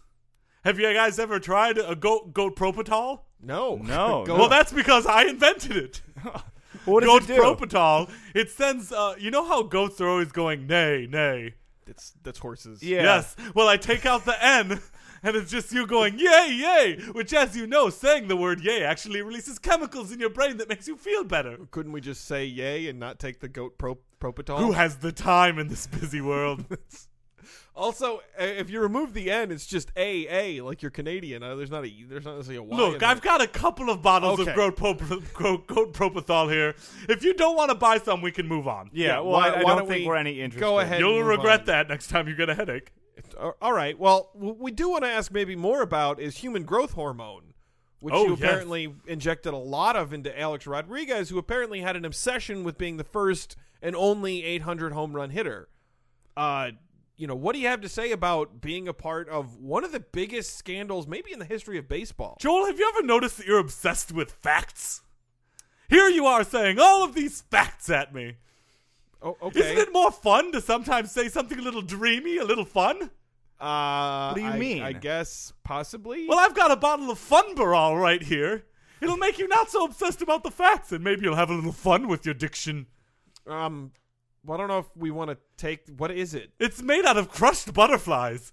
Speaker 4: Have you guys ever tried a goat goat propitol?
Speaker 2: no,
Speaker 3: No,
Speaker 2: Goat-
Speaker 4: Well, that's because I invented it.
Speaker 3: Oh. what
Speaker 4: goat propitol. It sends. Uh, you know how goats are always going nay, nay.
Speaker 2: that's that's horses.
Speaker 3: Yeah.
Speaker 4: Yes. Well, I take out the N, and it's just you going yay, yay. Which, as you know, saying the word yay actually releases chemicals in your brain that makes you feel better.
Speaker 2: Couldn't we just say yay and not take the goat pro- propitol?
Speaker 4: Who has the time in this busy world?
Speaker 2: Also, uh, if you remove the N, it's just A A, like you're Canadian. Uh, there's not a there's not necessarily a Y.
Speaker 4: Look,
Speaker 2: in
Speaker 4: I've
Speaker 2: there.
Speaker 4: got a couple of bottles
Speaker 2: Okay.
Speaker 4: of goat, prop- goat, goat propitol here. If you don't want to buy some, we can move on.
Speaker 3: Yeah, well,
Speaker 2: why-
Speaker 3: I, I
Speaker 2: why
Speaker 3: don't think
Speaker 2: we
Speaker 3: we're any interested.
Speaker 2: Go ahead.
Speaker 4: You'll
Speaker 2: and move
Speaker 4: regret
Speaker 2: on.
Speaker 4: that next time you get a headache.
Speaker 2: Uh, All right. Well, what we do want to ask maybe more about is human growth hormone, which
Speaker 4: Oh,
Speaker 2: you
Speaker 4: yes.
Speaker 2: apparently injected a lot of into Alex Rodriguez, who apparently had an obsession with being the first and only 800 home run hitter. Uh, you know, what do you have to say about being a part of one of the biggest scandals, maybe in the history of baseball?
Speaker 4: Joel, have you ever noticed that you're obsessed with facts? Here you are saying all of these facts at me.
Speaker 2: Oh, okay.
Speaker 4: Isn't it more fun to sometimes say something a little dreamy, a little fun?
Speaker 2: Uh,
Speaker 3: What do you
Speaker 2: I,
Speaker 3: mean?
Speaker 2: I guess possibly.
Speaker 4: Well, I've got a bottle of Fun Barrel right here. It'll make you not so obsessed about the facts, and maybe you'll have a little fun with your diction.
Speaker 2: um, well, I don't know if we want to take. What is it?
Speaker 4: It's made out of crushed butterflies.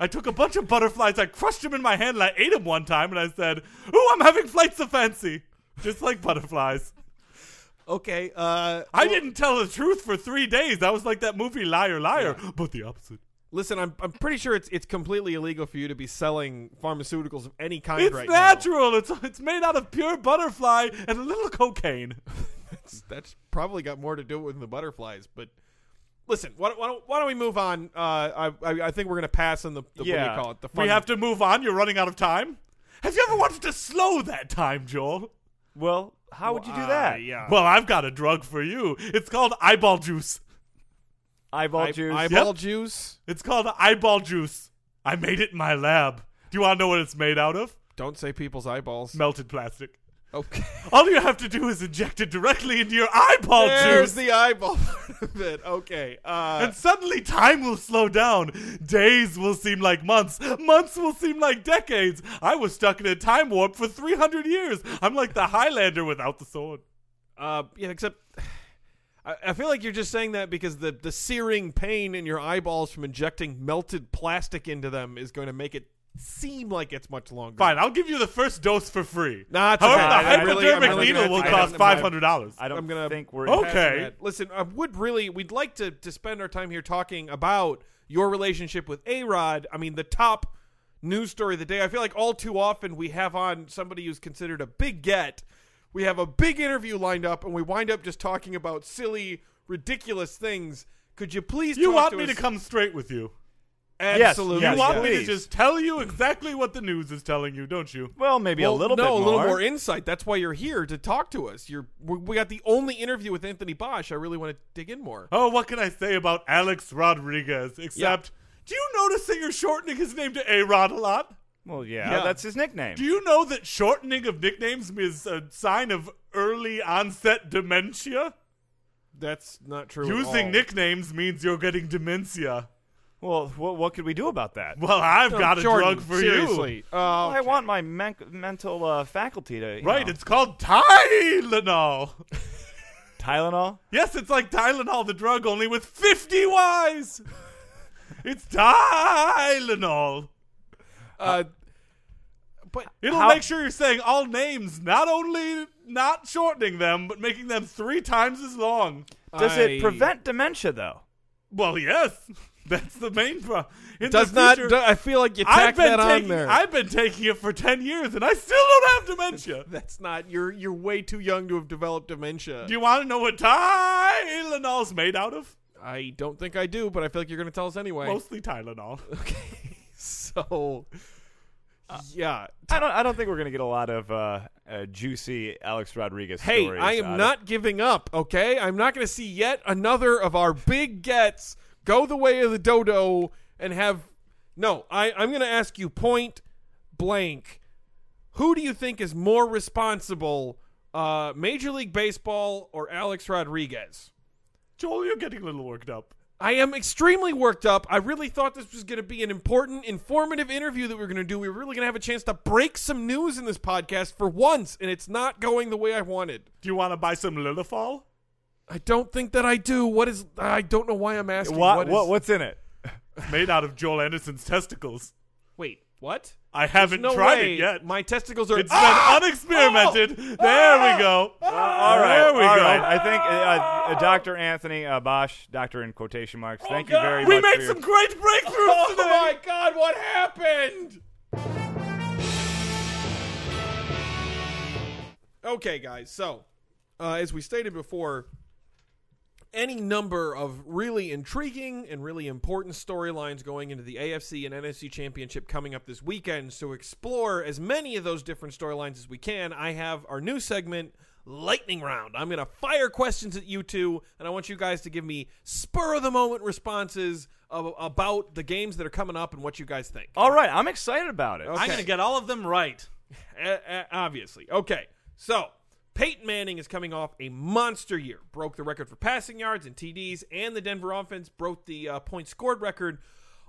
Speaker 4: I took a bunch of butterflies, I crushed them in my hand, and I ate them one time, and I said, Ooh, I'm having flights of fancy. Just like butterflies.
Speaker 2: Okay. Uh,
Speaker 4: I
Speaker 2: well,
Speaker 4: didn't tell the truth for three days. That was like that movie Liar Liar, but the opposite.
Speaker 2: Listen, I'm I'm pretty sure it's it's completely illegal for you to be selling pharmaceuticals of any kind
Speaker 4: It's
Speaker 2: right now.
Speaker 4: natural. It's it's made out of pure butterfly and a little cocaine.
Speaker 2: That's, that's probably got more to do with the butterflies, but. Listen, why, don't- why, don't, why don't we move on? Uh, I, I I think we're gonna pass on the, the what do
Speaker 3: Yeah.
Speaker 2: you call it? The fun
Speaker 4: We have to move on. You're running out of time. Have you ever wanted to slow that time, Joel?
Speaker 3: Well, how would you do
Speaker 2: Uh,
Speaker 3: that?
Speaker 2: yeah,
Speaker 4: Well, I've got a drug for you. It's called eyeball juice.
Speaker 3: Eyeball
Speaker 2: I,
Speaker 3: juice.
Speaker 2: eyeball juice.
Speaker 4: It's called eyeball juice. I made it in my lab. Do you want to know what it's made out of?
Speaker 2: Don't say people's eyeballs.
Speaker 4: Melted plastic.
Speaker 2: Okay,
Speaker 4: All you have to do is inject it directly into your eyeball
Speaker 2: there's
Speaker 4: juice.
Speaker 2: the eyeball part of it. Okay, uh,
Speaker 4: and suddenly time will slow down. Days will seem like months. Months will seem like decades. I was stuck in a time warp for 300 years. I'm like the Highlander without the sword.
Speaker 2: Uh, yeah, except I, I feel like you're just saying that because the, the searing pain in your eyeballs from injecting melted plastic into them is going to make it seem like it's much longer.
Speaker 4: Fine, I'll give you the first dose for free.
Speaker 2: Nah, it's
Speaker 4: However,
Speaker 2: okay.
Speaker 4: the
Speaker 2: I- I really- I'm
Speaker 4: hypodermic
Speaker 2: really
Speaker 4: needle
Speaker 2: gonna-
Speaker 4: will
Speaker 2: I-
Speaker 4: cost
Speaker 2: I'm-
Speaker 4: five hundred dollars.
Speaker 3: I don't
Speaker 2: I'm gonna-
Speaker 3: think we're
Speaker 4: Oh.
Speaker 2: Pass
Speaker 4: Okay.
Speaker 2: that. Listen, I would really we'd like to to spend our time here talking about your relationship with A Rod. I mean, the top news story of the day. I feel like all too often we have on somebody who's considered a big get. We have a big interview lined up, and we wind up just talking about silly, ridiculous things. Could you please?
Speaker 4: You
Speaker 2: talk
Speaker 4: want
Speaker 2: to
Speaker 4: me
Speaker 2: us?
Speaker 4: to come straight with you?
Speaker 3: Yes,
Speaker 2: Absolutely.
Speaker 3: yes,
Speaker 4: you want
Speaker 3: yes.
Speaker 4: me to
Speaker 3: Please.
Speaker 4: just tell you exactly what the news is telling you, don't you?
Speaker 3: well, maybe
Speaker 2: Well,
Speaker 3: a little
Speaker 2: no,
Speaker 3: bit
Speaker 2: a
Speaker 3: more.
Speaker 2: little more insight. That's why you're here to talk to us. You're we we got the only interview with Anthony Bosch. I really want to dig in more.
Speaker 4: Oh, what can I say about Alex Rodriguez? Except, do you notice that you're shortening his name to A Rod a lot?
Speaker 3: Well, yeah,
Speaker 2: Yeah.
Speaker 3: that's his nickname.
Speaker 4: Do you know that shortening of nicknames is a sign of early onset dementia?
Speaker 2: That's not true. Oh. at
Speaker 4: Using
Speaker 2: all.
Speaker 4: nicknames means you're getting dementia.
Speaker 3: well, what, what could we do about that?
Speaker 4: Well, I've
Speaker 2: No,
Speaker 4: got a
Speaker 2: Jordan,
Speaker 4: drug for
Speaker 2: seriously.
Speaker 4: you.
Speaker 2: Uh,
Speaker 3: Well, I want my men- mental uh, faculty to you
Speaker 4: Right,
Speaker 3: know,
Speaker 4: it's called Tylenol.
Speaker 3: Tylenol.
Speaker 4: yes, it's like Tylenol, the drug, only with 50 Ys. it's Tylenol.
Speaker 2: uh, but
Speaker 4: It'll
Speaker 3: How-
Speaker 4: make sure you're saying all names, not only not shortening them, but making them three times as long.
Speaker 3: Does
Speaker 2: I-
Speaker 3: it prevent dementia though?
Speaker 4: Well, yes, that's the main problem.
Speaker 2: Does not. do- I feel like you
Speaker 4: I've
Speaker 2: tacked
Speaker 4: been
Speaker 2: that
Speaker 4: taking.
Speaker 2: on there.
Speaker 4: I've been taking it for ten years, and I still don't have dementia.
Speaker 2: That's not. You're you're way too young to have developed dementia.
Speaker 4: Do you want to know what Tylenol's made out of?
Speaker 2: I don't think I do, but I feel like you're going to tell us anyway.
Speaker 4: Mostly Tylenol.
Speaker 2: so, Uh, yeah.
Speaker 3: I don't. I don't think we're gonna get a lot of uh, uh, juicy Alex Rodriguez.
Speaker 2: Hey,
Speaker 3: stories
Speaker 2: I
Speaker 3: out
Speaker 2: am
Speaker 3: of-
Speaker 2: not giving up, okay? I'm not going to see yet another of our big gets go the way of the dodo and have. No, I, I'm going to ask you point blank who do you think is more responsible, uh, Major League Baseball or Alex Rodriguez?
Speaker 4: Joel, you're getting a little worked up.
Speaker 2: I am extremely worked up. I really thought this was going to be an important, informative interview that we were going to do. We were really going to have a chance to break some news in this podcast for once, and it's not going the way I wanted.
Speaker 4: Do you want to buy some Lilifol?
Speaker 2: I don't think that I do. What is? I don't know why I'm asking.
Speaker 3: What,
Speaker 2: what is?
Speaker 3: what- what's in it?
Speaker 4: It's made out of Joel Anderson's testicles.
Speaker 2: Wait, what?
Speaker 4: I haven't
Speaker 2: No
Speaker 4: tried
Speaker 2: way.
Speaker 4: it yet.
Speaker 2: My testicles are.
Speaker 4: It's
Speaker 2: Ah! Oh!
Speaker 4: been unexperimented. there we go.
Speaker 3: All right,
Speaker 4: Ah! Oh, there we
Speaker 3: all
Speaker 4: go.
Speaker 3: right. I think uh, uh, Dr. Anthony uh, Bosch, doctor in quotation marks. Thank you very
Speaker 4: we
Speaker 3: much. for
Speaker 4: made
Speaker 3: your-
Speaker 4: some great breakthroughs
Speaker 2: Oh
Speaker 4: today.
Speaker 2: my God! What happened? Okay, guys. So, uh, as we stated before, any number of really intriguing and really important storylines going into the AFC and NFC championship coming up this weekend. So explore as many of those different storylines as we can. I have our new segment, Lightning Round. I'm going to fire questions at you two, and I want you guys to give me spur of the moment responses of, about the games that are coming up and what you guys think.
Speaker 3: All right, I'm excited about it.
Speaker 2: Okay.
Speaker 4: I'm going to get all of them right.
Speaker 2: Uh, uh, obviously. Okay, so Peyton Manning is coming off a monster year. Broke the record for passing yards and TDs, and the Denver offense broke the uh, points scored record.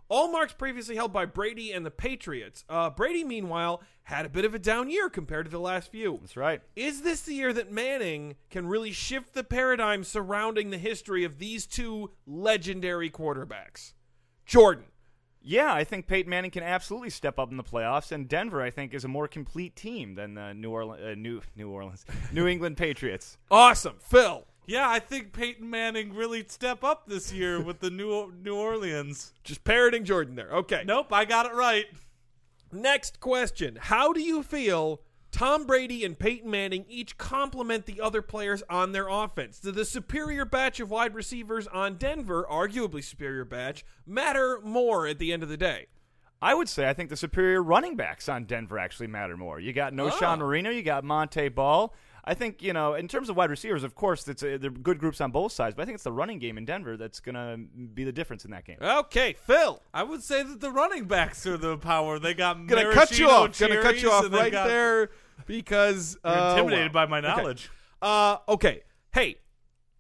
Speaker 2: All marks previously held by Brady and the Patriots. Uh, Brady, meanwhile, had a bit of a down year compared to the last few.
Speaker 3: That's right.
Speaker 2: Is this the year that Manning can really shift the paradigm surrounding the history of these two legendary quarterbacks? Jordan.
Speaker 3: Yeah, I think Peyton Manning can absolutely step up in the playoffs, and Denver, I think, is a more complete team than the New Orleans, uh, New New Orleans, New England Patriots.
Speaker 2: Awesome. Phil.
Speaker 4: Yeah, I think Peyton Manning really step up this year with the New New Orleans.
Speaker 2: Just parroting Jordan there. Okay.
Speaker 4: Nope, I got it right.
Speaker 2: Next question. How do you feel Tom Brady and Peyton Manning each complement the other players on their offense? Do the superior batch of wide receivers on Denver, arguably superior batch, matter more at the end of the day?
Speaker 3: I would say I think the superior running backs on Denver actually matter more. You got No. Sean Marino, you got Monte Ball. I think you know, in terms of wide receivers, of course, it's a, they're good groups on both sides, but I think it's the running game in Denver that's going to be the difference in that game.
Speaker 2: Okay, Phil.
Speaker 4: I would say that the running backs are the power. They got
Speaker 2: Gonna
Speaker 4: Maraschino,
Speaker 2: cut you off. Gonna cut
Speaker 4: Cherries,
Speaker 2: you off
Speaker 4: and they
Speaker 2: right
Speaker 4: got-
Speaker 2: there because
Speaker 4: You're
Speaker 2: uh,
Speaker 4: intimidated
Speaker 2: wow.
Speaker 4: by my
Speaker 2: Okay.
Speaker 4: knowledge.
Speaker 2: Uh, okay. Hey,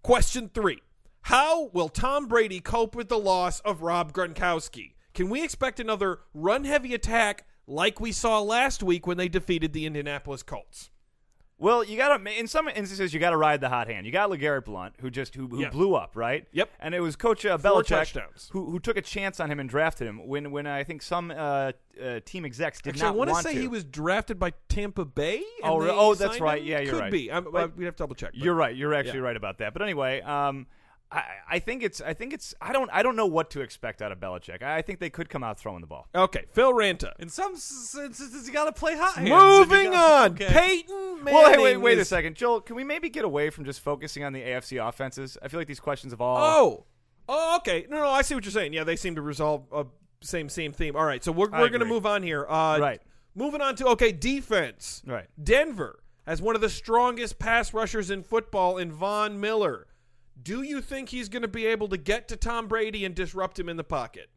Speaker 2: question three. How will Tom Brady cope with the loss of Rob Gronkowski? Can we expect another run heavy attack like we saw last week when they defeated the Indianapolis Colts?
Speaker 3: Well, you got to in some instances you got to ride the hot hand. You got Legarrette Blunt, who just who, who
Speaker 2: Yeah.
Speaker 3: blew up, right?
Speaker 2: Yep.
Speaker 3: And it was Coach uh,
Speaker 2: Four
Speaker 3: Belichick
Speaker 2: touchdowns.
Speaker 3: who who took a chance on him and drafted him when when I think some uh, uh, team execs did
Speaker 2: Actually, I
Speaker 3: not
Speaker 2: wanna
Speaker 3: want
Speaker 2: say
Speaker 3: to.
Speaker 2: he was drafted by Tampa Bay. and
Speaker 3: Oh, re-
Speaker 2: they
Speaker 3: oh, that's
Speaker 2: signed
Speaker 3: right.
Speaker 2: him?
Speaker 3: Yeah, you're
Speaker 2: Could
Speaker 3: right.
Speaker 2: be. I'm,
Speaker 3: But-
Speaker 2: we have to double check. but-
Speaker 3: You're right. You're actually
Speaker 2: Yeah.
Speaker 3: right about that. But anyway, um, I, I think it's I think it's I don't I don't know what to expect out of Belichick. I, I think they could come out throwing the ball.
Speaker 2: Okay, Phil Ranta.
Speaker 4: In some s- instances, you got to play hot hands.
Speaker 2: Moving
Speaker 4: You gotta-
Speaker 2: on,
Speaker 4: okay.
Speaker 2: Peyton Manning.
Speaker 3: Well, hey, wait, wait a
Speaker 2: is-
Speaker 3: second, Joel. Can we maybe get away from just focusing on the AFC offenses? I feel like these questions have all.
Speaker 2: Oh, oh, okay. No, no, I see what you're saying. Yeah, they seem to resolve uh, same same theme. All right, so we're
Speaker 3: I
Speaker 2: we're gonna
Speaker 3: agree.
Speaker 2: move on here. Uh,
Speaker 3: Right.
Speaker 2: Moving on to okay defense.
Speaker 3: Right.
Speaker 2: Denver has one of the strongest pass rushers in football in Von Miller. Do you think he's going to be able to get to Tom Brady and disrupt him in the pocket?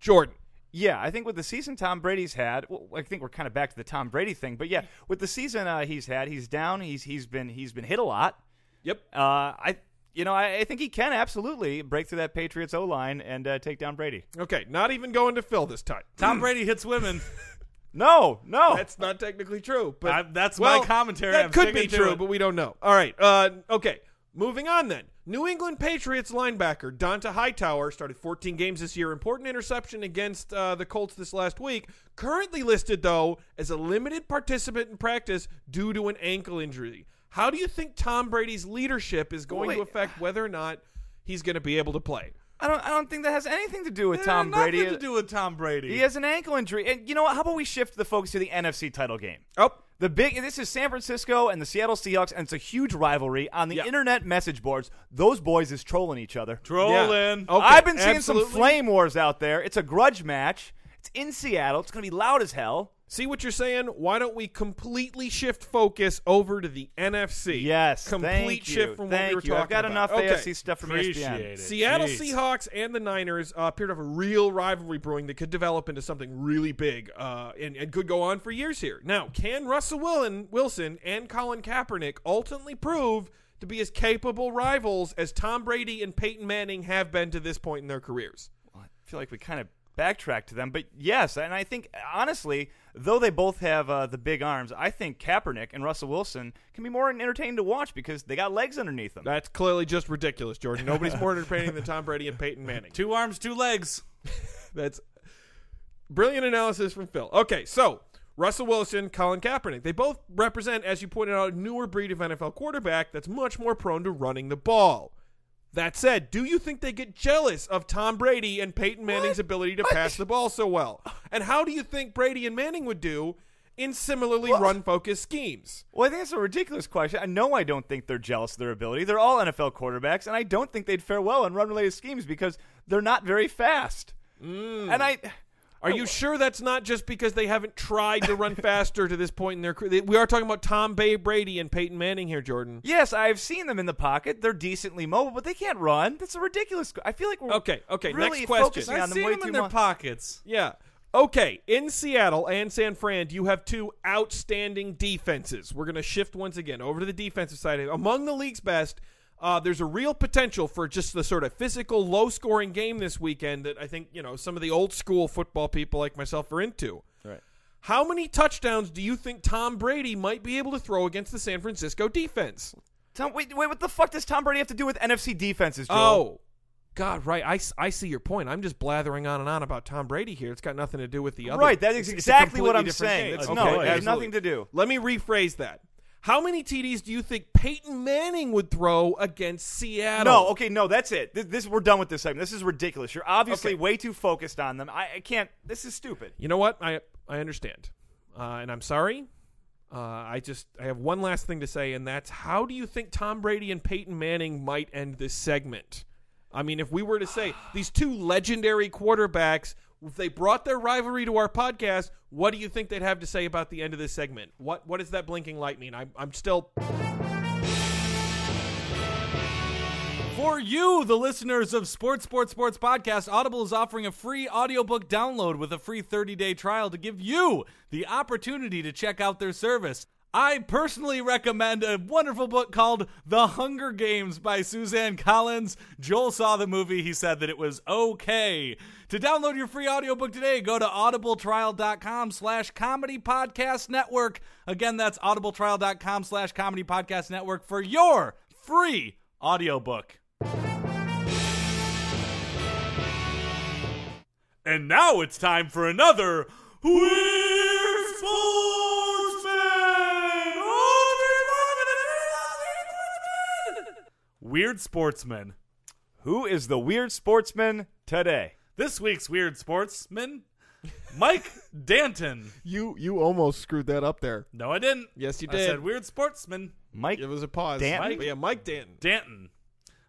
Speaker 2: Jordan.
Speaker 3: Yeah, I think with the season Tom Brady's had, well, I think we're kind of back to the Tom Brady thing. But yeah, with the season uh, he's had, he's down. He's he's been he's been hit a lot.
Speaker 2: Yep.
Speaker 3: Uh, I you know I, I think he can absolutely break through that Patriots O line and uh, take down Brady.
Speaker 2: Okay, not even going to Phil this time.
Speaker 4: Tom Brady hits women.
Speaker 3: No, no.
Speaker 2: That's not technically true, but
Speaker 4: I- that's
Speaker 2: well,
Speaker 4: my commentary.
Speaker 2: That
Speaker 4: I'm
Speaker 2: could
Speaker 4: sticking
Speaker 2: be
Speaker 4: to
Speaker 2: true,
Speaker 4: it.
Speaker 2: but we don't know. All right. Uh, okay. Moving on then. New England Patriots linebacker Donta Hightower started 14 games this year. Important interception against uh, the Colts this last week. Currently listed though as a limited participant in practice due to an ankle injury. How do you think Tom Brady's leadership is going to
Speaker 3: Wait.
Speaker 2: affect whether or not he's going to be able to play?
Speaker 3: I don't I don't think that has anything to do with
Speaker 4: It had
Speaker 3: Tom
Speaker 4: nothing
Speaker 3: Brady.
Speaker 4: to do with Tom Brady.
Speaker 3: He has an ankle injury, and you know what? How about we shift the focus to the NFC title game?
Speaker 2: Oh,
Speaker 3: The big this is San Francisco and the Seattle Seahawks, and it's a huge rivalry on the
Speaker 2: Yeah.
Speaker 3: internet message boards. Those boys is trolling each other.
Speaker 4: Trolling.
Speaker 2: Yeah. Okay,
Speaker 3: I've been seeing some
Speaker 2: absolutely.
Speaker 3: flame wars out there. It's a grudge match. It's in Seattle. It's going to be loud as hell.
Speaker 2: See what you're saying? Why don't we completely shift focus over to the NFC?
Speaker 3: Yes,
Speaker 2: Complete
Speaker 3: thank you.
Speaker 2: shift from
Speaker 3: thank
Speaker 2: what we were
Speaker 3: you.
Speaker 2: talking
Speaker 3: I've got
Speaker 2: about.
Speaker 3: enough
Speaker 2: okay.
Speaker 3: AFC stuff from E
Speaker 4: Appreciate
Speaker 3: ESPN.
Speaker 4: it.
Speaker 2: Seattle
Speaker 4: Jeez.
Speaker 2: Seahawks and the Niners uh, appear to have a real rivalry brewing that could develop into something really big uh, and, and could go on for years here. Now, can Russell Willen, Wilson and Colin Kaepernick ultimately prove to be as capable rivals as Tom Brady and Peyton Manning have been to this point in their careers?
Speaker 3: I feel like we kind of backtracked to them, but yes, and I think honestly, though they both have uh, the big arms, I think Kaepernick and Russell Wilson can be more entertaining to watch because they got legs underneath them.
Speaker 2: That's clearly just ridiculous, Jordan. Nobody's more entertaining than Tom Brady and Peyton Manning.
Speaker 4: two arms, two legs.
Speaker 2: That's brilliant analysis from Phil. Okay, so Russell Wilson, Colin Kaepernick. They both represent, as you pointed out, a newer breed of NFL quarterback that's much more prone to running the ball. That said, do you think they get jealous of Tom Brady and Peyton Manning's ability to pass the ball so well? And how do you think Brady and Manning would do in similarly run focused schemes?
Speaker 3: Well, I think that's a ridiculous question. I know I don't think they're jealous of their ability. They're all NFL quarterbacks, and I don't think they'd fare well in run related schemes because they're not very fast.
Speaker 2: Mm.
Speaker 3: And I.
Speaker 2: Are you sure that's not just because they haven't tried to run faster to this point in their career? We are talking about Tom Bay Brady and Peyton Manning here, Jordan.
Speaker 3: Yes, I've seen them in the pocket. They're decently mobile, but they can't run. That's a ridiculous. I feel like we're
Speaker 2: Okay, okay,
Speaker 3: Really
Speaker 2: next question.
Speaker 3: focusing
Speaker 4: I've
Speaker 3: on them
Speaker 4: seen
Speaker 3: way
Speaker 4: them
Speaker 3: too
Speaker 4: in their
Speaker 3: much.
Speaker 4: pockets.
Speaker 2: Yeah. Okay, in Seattle and San Fran, you have two outstanding defenses. We're going to shift once again over to the defensive side. Among the league's best, uh, there's a real potential for just the sort of physical, low scoring game this weekend that I think, you know, some of the old school football people like myself are into.
Speaker 3: Right.
Speaker 2: How many touchdowns do you think Tom Brady might be able to throw against the San Francisco defense?
Speaker 3: Tom, wait, wait, what the fuck does Tom Brady have to do with NFC defenses, Joel?
Speaker 2: Oh, God, right. I, s- I see your point. I'm just blathering on and on about Tom Brady here. It's got nothing to do with the other.
Speaker 3: Right, that
Speaker 2: It's-
Speaker 3: is
Speaker 2: it's a
Speaker 3: exactly what
Speaker 2: completely
Speaker 3: I'm
Speaker 2: different
Speaker 3: saying.
Speaker 2: game.
Speaker 3: It's-
Speaker 2: Okay,
Speaker 3: no, it has
Speaker 2: absolutely.
Speaker 3: nothing to do.
Speaker 2: Let me rephrase that. How many TDs do you think Peyton Manning would throw against Seattle?
Speaker 3: No, okay, no, that's it. This, this we're done with this segment. This is ridiculous. You're obviously
Speaker 2: Okay.
Speaker 3: way too focused on them. I, I can't. This is stupid.
Speaker 2: You know what? I I understand, uh, and I'm sorry. Uh, I just I have one last thing to say, and that's how do you think Tom Brady and Peyton Manning might end this segment? I mean, if we were to say these two legendary quarterbacks, if they brought their rivalry to our podcast, what do you think they'd have to say about the end of this segment? What what does that blinking light mean? I'm I'm still
Speaker 4: For you, the listeners of Sports Sports Sports Podcast, Audible is offering a free audiobook download with a free 30-day trial to give you the opportunity to check out their service. I personally recommend a wonderful book called The Hunger Games by Suzanne Collins. Joel saw the movie. He said that it was okay. To download your free audiobook today, go to audibletrial.com slash comedy podcast network. Again, that's audibletrial.com slash comedy podcast network for your free audiobook. And now it's time for another Weird Sportsman! Weird Sportsman.
Speaker 3: Who is the weird sportsman today?
Speaker 4: This week's Weird Sportsman, Mike Danton.
Speaker 2: You you almost screwed that up there.
Speaker 4: No, I didn't.
Speaker 2: Yes, you
Speaker 4: I
Speaker 2: did.
Speaker 4: said Weird Sportsman,
Speaker 3: Mike
Speaker 2: it was a pause.
Speaker 3: Danton?
Speaker 2: But yeah, Mike Danton.
Speaker 4: Danton.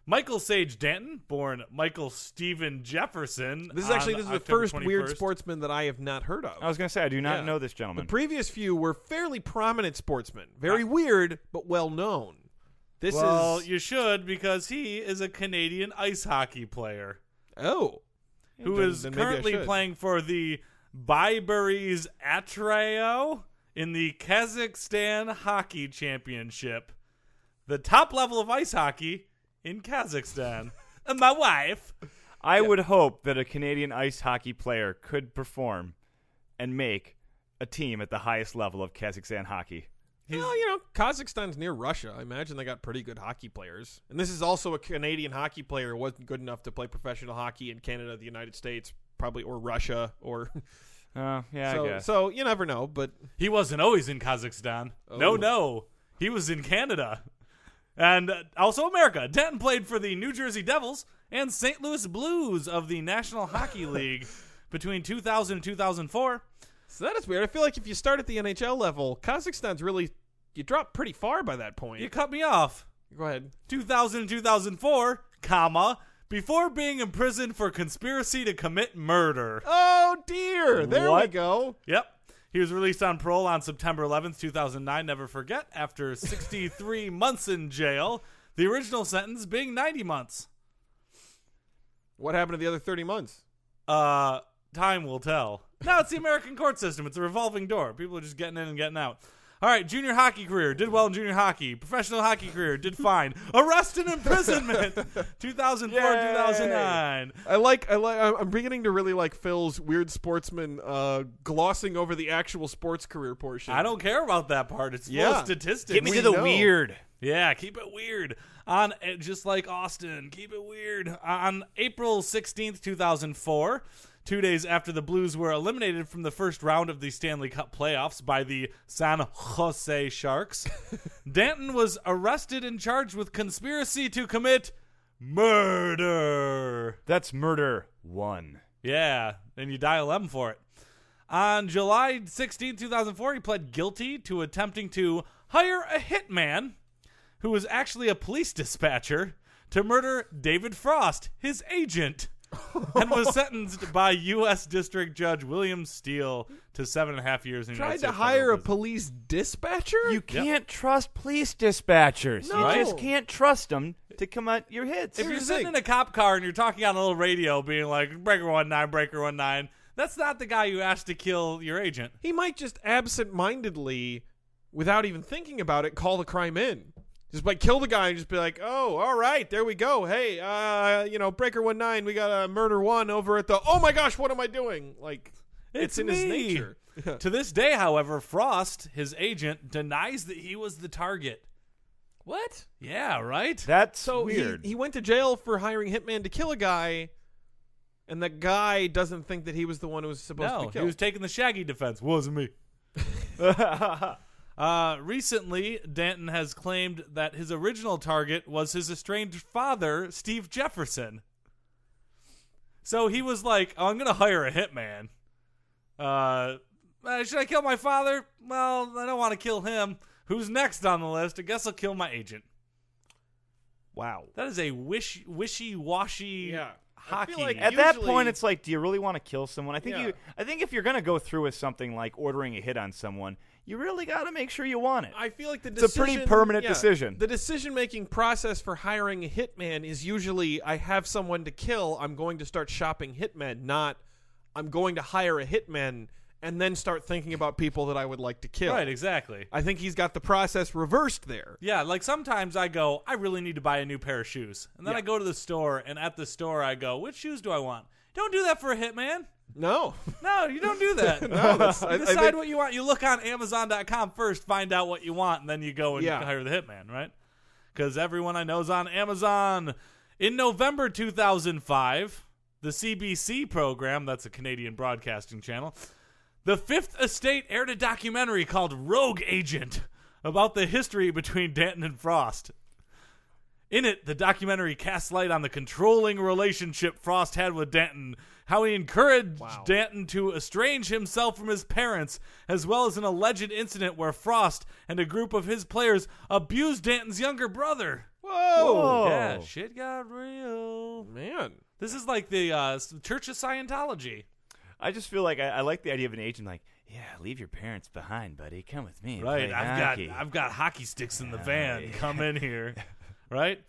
Speaker 4: Michael Sage Danton, born Michael Stephen Jefferson.
Speaker 2: This is actually
Speaker 4: on
Speaker 2: this is the
Speaker 4: October
Speaker 2: first weird
Speaker 4: 21st.
Speaker 2: sportsman that I have not heard of.
Speaker 3: I was going to say, I do not
Speaker 2: Yeah.
Speaker 3: know this
Speaker 2: the
Speaker 3: gentleman.
Speaker 2: previous few were fairly prominent sportsmen, very weird but well known. This
Speaker 4: Well,
Speaker 2: is
Speaker 4: you should because he is a Canadian ice hockey player.
Speaker 2: oh
Speaker 4: who
Speaker 2: Then-
Speaker 4: is
Speaker 2: then maybe I
Speaker 4: currently
Speaker 2: should.
Speaker 4: playing for the Byberry's Atreo in the Kazakhstan Hockey Championship, the top level of ice hockey in Kazakhstan. and my wife,
Speaker 3: I would hope that a Canadian ice hockey player could perform and make a team at the highest level of Kazakhstan hockey.
Speaker 2: well, you know Kazakhstan's near Russia. I imagine they got pretty good hockey players, and this is also a Canadian hockey player who wasn't good enough to play professional hockey in Canada, the United States, probably or Russia or
Speaker 3: Uh, yeah, I
Speaker 2: so.
Speaker 3: guess.
Speaker 2: So you never know, but
Speaker 4: he wasn't always in Kazakhstan.
Speaker 2: Oh.
Speaker 4: No, no, he was in Canada and uh, also America. Denton played for the New Jersey Devils and St. Louis Blues of the National Hockey League between 2000 and 2004.
Speaker 2: so that is weird. I feel like if you start at the NHL level, Kazakhstan's really you drop pretty far by that point.
Speaker 4: You cut me off.
Speaker 2: Go ahead.
Speaker 4: 2000 2004, comma, before being imprisoned for conspiracy to commit murder.
Speaker 2: Oh dear! There we
Speaker 3: What?
Speaker 2: go.
Speaker 4: Yep. He was released on parole on September 11th, 2009, never forget, after 63 months in jail, the original sentence being 90 months.
Speaker 2: What happened to the other thirty months?
Speaker 4: Uh, time will tell. No, it's the American court system. It's a revolving door. People are just getting in and getting out. All right, junior hockey career did well in junior hockey. Professional hockey career did fine. Arrest and imprisonment, 2004
Speaker 3: Yay.
Speaker 4: 2009.
Speaker 2: I like, I like. I'm I'm beginning to really like Phil's weird sportsman uh, glossing over the actual sports career portion.
Speaker 4: I don't care about that part. It's full
Speaker 2: Yeah.
Speaker 4: of statistics.
Speaker 3: Get me
Speaker 2: We
Speaker 3: to the
Speaker 2: know.
Speaker 3: weird.
Speaker 4: yeah, keep it weird. On eh, just like Austin, keep it weird. On April 16th, 2004, 2 days after the Blues were eliminated from the first round of the Stanley Cup playoffs by the San Jose Sharks, Danton was arrested and charged with conspiracy to commit murder.
Speaker 3: That's murder one.
Speaker 4: Yeah, and you dial M for it. On July 16, 2004, he pled guilty to attempting to hire a hitman who was actually a police dispatcher to murder David Frost, his agent, and was sentenced by U.S. District Judge William Steele to seven and a half years in
Speaker 2: Tried
Speaker 4: United
Speaker 2: to
Speaker 4: States federal
Speaker 2: hire a
Speaker 4: prison.
Speaker 2: police dispatcher.
Speaker 3: You can't trust police dispatchers.
Speaker 2: No.
Speaker 3: You just can't trust them to come out your hits.
Speaker 4: If you're
Speaker 2: the
Speaker 4: sitting
Speaker 2: thing.
Speaker 4: in a cop car and you're talking on a little radio, being like, Breaker 1 9, Breaker 1 9, that's not the guy you asked to kill your agent.
Speaker 2: he might just absent-mindedly, without even thinking about it, call the crime in. Just like kill the guy and just be like, "Oh, all right, there we go. Hey, uh, you know, Breaker One Nine, we got a murder one over at the. Oh my gosh, what am I doing? Like, it's,
Speaker 4: It's
Speaker 2: in his
Speaker 4: me.
Speaker 2: nature.
Speaker 4: to this day, however, Frost, his agent, denies that he was the target.
Speaker 2: what?
Speaker 4: Yeah, right?
Speaker 3: That's
Speaker 2: So Oh, he-
Speaker 3: weird.
Speaker 2: He, went to jail for hiring hitman to kill a guy, and the guy doesn't think that he was the one who was supposed to
Speaker 4: no,
Speaker 2: be
Speaker 4: he
Speaker 2: killed.
Speaker 4: was taking the shaggy defense. Wasn't me. Uh, recently, Danton has claimed that his original target was his estranged father, Steve Jefferson. So he was like, oh, I'm going to hire a hitman. Uh, uh, should I kill my father? Well, I don't want to kill him. Who's next on the list? I guess I'll kill my agent.
Speaker 3: wow.
Speaker 4: That is a wish, wishy-washy
Speaker 2: Yeah. I
Speaker 4: hockey.
Speaker 2: feel like
Speaker 3: At that
Speaker 2: Usually-
Speaker 3: point, it's like, do you really want to kill someone? I think
Speaker 2: Yeah.
Speaker 3: you. I think if you're gonna go through with something like ordering a hit on someone, you really got to make sure you want it.
Speaker 2: I feel like the
Speaker 3: It's a pretty permanent decision.
Speaker 2: The decision making process for hiring a hitman is usually I have someone to kill, I'm going to start shopping hitmen, not I'm going to hire a hitman and then start thinking about people that I would like to kill.
Speaker 4: Right, exactly.
Speaker 2: I think he's got the process reversed there.
Speaker 4: Yeah, like sometimes I go, I really need to buy a new pair of shoes. And then I go to the store, and at the store I go, which shoes do I want? Don't do that for a hitman.
Speaker 2: No.
Speaker 4: No, you don't do that.
Speaker 2: No, that's-
Speaker 4: you
Speaker 2: I- I
Speaker 4: decide
Speaker 2: think-
Speaker 4: what you want. You look on Amazon.com first, find out what you want, and then you go and
Speaker 2: Yeah.
Speaker 4: hire the hitman, right? Because everyone I know is on Amazon. In November 2005, the CBC program, that's a Canadian broadcasting channel, the Fifth Estate aired a documentary called Rogue Agent about the history between Danton and Frost. In it, the documentary casts light on the controlling relationship Frost had with Danton, how he encouraged Danton to estrange himself from his parents, as well as an alleged incident where Frost and a group of his players abused Danton's younger brother.
Speaker 2: Whoa.
Speaker 4: Yeah, shit got real.
Speaker 2: Man.
Speaker 4: This is like the uh, s- Church of Scientology.
Speaker 3: I just feel like I, I like the idea of an agent like, yeah, leave your parents behind, buddy. Come with me. and
Speaker 4: Right.
Speaker 3: play
Speaker 4: I've
Speaker 3: hockey."
Speaker 4: got I've got hockey sticks in the
Speaker 3: Yeah,
Speaker 4: van.
Speaker 3: yeah.
Speaker 4: Come in here. right?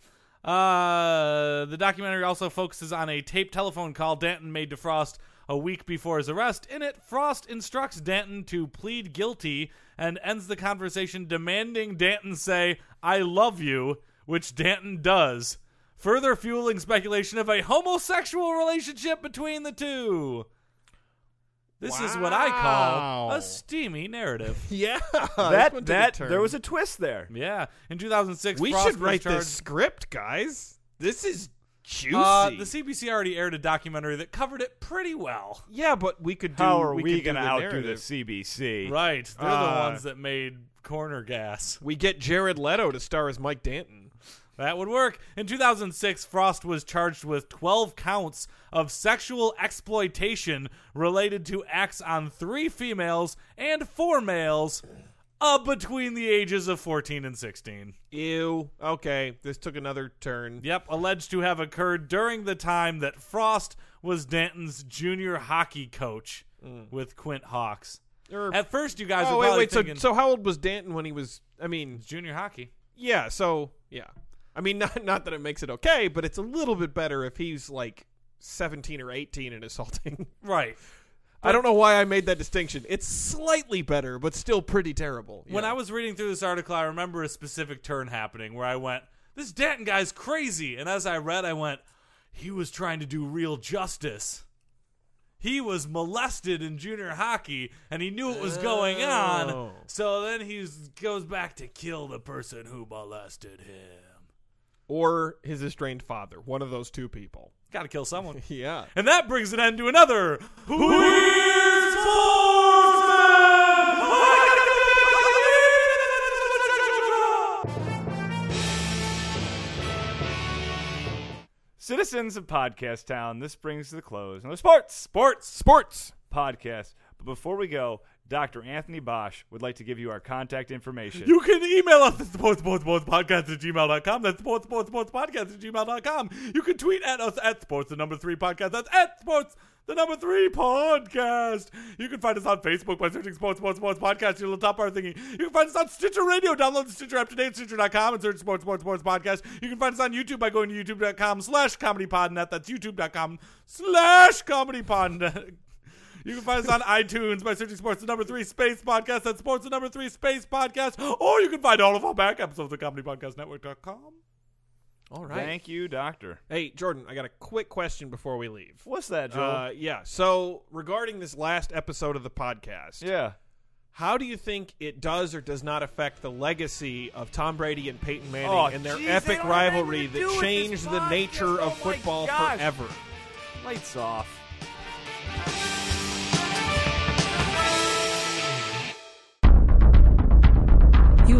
Speaker 4: Uh, the documentary also focuses on a taped telephone call Danton made to Frost a week before his arrest. In it, Frost instructs Danton to plead guilty and ends the conversation demanding Danton say, I love you, which Danton does, further fueling speculation of a homosexual relationship between the two. This is what I call
Speaker 2: Wow.
Speaker 4: a steamy narrative.
Speaker 2: Yeah.
Speaker 3: that that there was a twist there.
Speaker 4: Yeah, in 2006,
Speaker 2: We
Speaker 4: Frost
Speaker 2: should
Speaker 4: was
Speaker 2: write
Speaker 4: charged-
Speaker 2: this script, guys. This is juicy.
Speaker 4: Uh, the CBC already aired a documentary that covered it pretty well.
Speaker 2: yeah, but we could do
Speaker 3: How are we,
Speaker 2: we, could do
Speaker 3: gonna
Speaker 2: the
Speaker 3: outdo
Speaker 2: narrative.
Speaker 3: the CBC?
Speaker 4: Right, they're the
Speaker 2: Uh,
Speaker 4: ones that made corner gas.
Speaker 2: We get Jared Leto to star as Mike Danton.
Speaker 4: That would work. In 2006, Frost was charged with 12 counts of sexual exploitation related to acts on three females and four males, uh, between the ages of 14 and 16.
Speaker 2: Ew. Okay, this took another turn.
Speaker 4: Yep, alleged to have occurred during the time that Frost was Danton's junior hockey coach with Quint Hawks.
Speaker 2: Or-
Speaker 4: At first, you guys
Speaker 2: Mm. oh
Speaker 4: were
Speaker 2: wait,
Speaker 4: probably
Speaker 2: wait. So,
Speaker 4: thinking
Speaker 2: so how old was Danton when he was? I mean,
Speaker 4: junior hockey.
Speaker 2: yeah. So yeah. I mean, not not that it makes it okay, but it's a little bit better if he's like seventeen or eighteen and assaulting.
Speaker 4: Right.
Speaker 2: I don't know why I made that distinction. It's slightly better, but still pretty terrible.
Speaker 4: When I was reading through this article, I remember a specific turn happening where I went, "This Danton guy's crazy," and as I read, I went, "He was trying to do real justice." He was molested in junior hockey, and he knew what was
Speaker 1: Uh.
Speaker 4: going on.
Speaker 2: Oh.
Speaker 4: So then he goes back to kill the person who molested him.
Speaker 2: or his estranged father, one of those two people.
Speaker 4: Gotta kill someone.
Speaker 2: Yeah.
Speaker 4: and that brings an end to another Weird Sportsman!
Speaker 3: Citizens of Podcast Town, this brings to the close another sports sports
Speaker 2: Sports.
Speaker 3: podcast. But before we go, Dr. Anthony Bosch would like to give you our contact information.
Speaker 4: You can email us at sports, sports, sports podcast at gmail.com. That's sports, sports, sports podcast at gmail.com. You can tweet at us at sports, the number three podcast. That's at sports, the number three podcast. You can find us on Facebook by searching sports, sports, sports podcast. You'll top our thingy. You can find us on Stitcher Radio. Download the Stitcher app today at Stitcher.com and search sports, sports, sports podcast. You can find us on YouTube by going to youtube.com slash comedypodnet. That's youtube.com slash comedypodnet. You can find us on iTunes by searching Sports the Number Three Space Podcast. That's Sports the Number Three Space Podcast. Or you can find all of our back episodes at ComedyPodcastNetwork.com.
Speaker 2: All right.
Speaker 3: Thank you, Doctor.
Speaker 2: Hey, Jordan, I got a quick question before we leave.
Speaker 3: What's that, Joel?
Speaker 2: Uh, yeah. So, regarding this last episode of the podcast,
Speaker 3: yeah.
Speaker 2: how do you think it does or does not affect the legacy of Tom Brady and Peyton Manning
Speaker 3: Oh,
Speaker 2: and their
Speaker 3: geez, they
Speaker 2: epic
Speaker 3: don't have
Speaker 2: rivalry
Speaker 3: anything to do
Speaker 2: that
Speaker 3: with this
Speaker 2: changed the
Speaker 3: podcast.
Speaker 2: nature
Speaker 3: Oh
Speaker 2: of
Speaker 3: my
Speaker 2: football
Speaker 3: gosh.
Speaker 2: forever?
Speaker 3: Lights off.
Speaker 5: You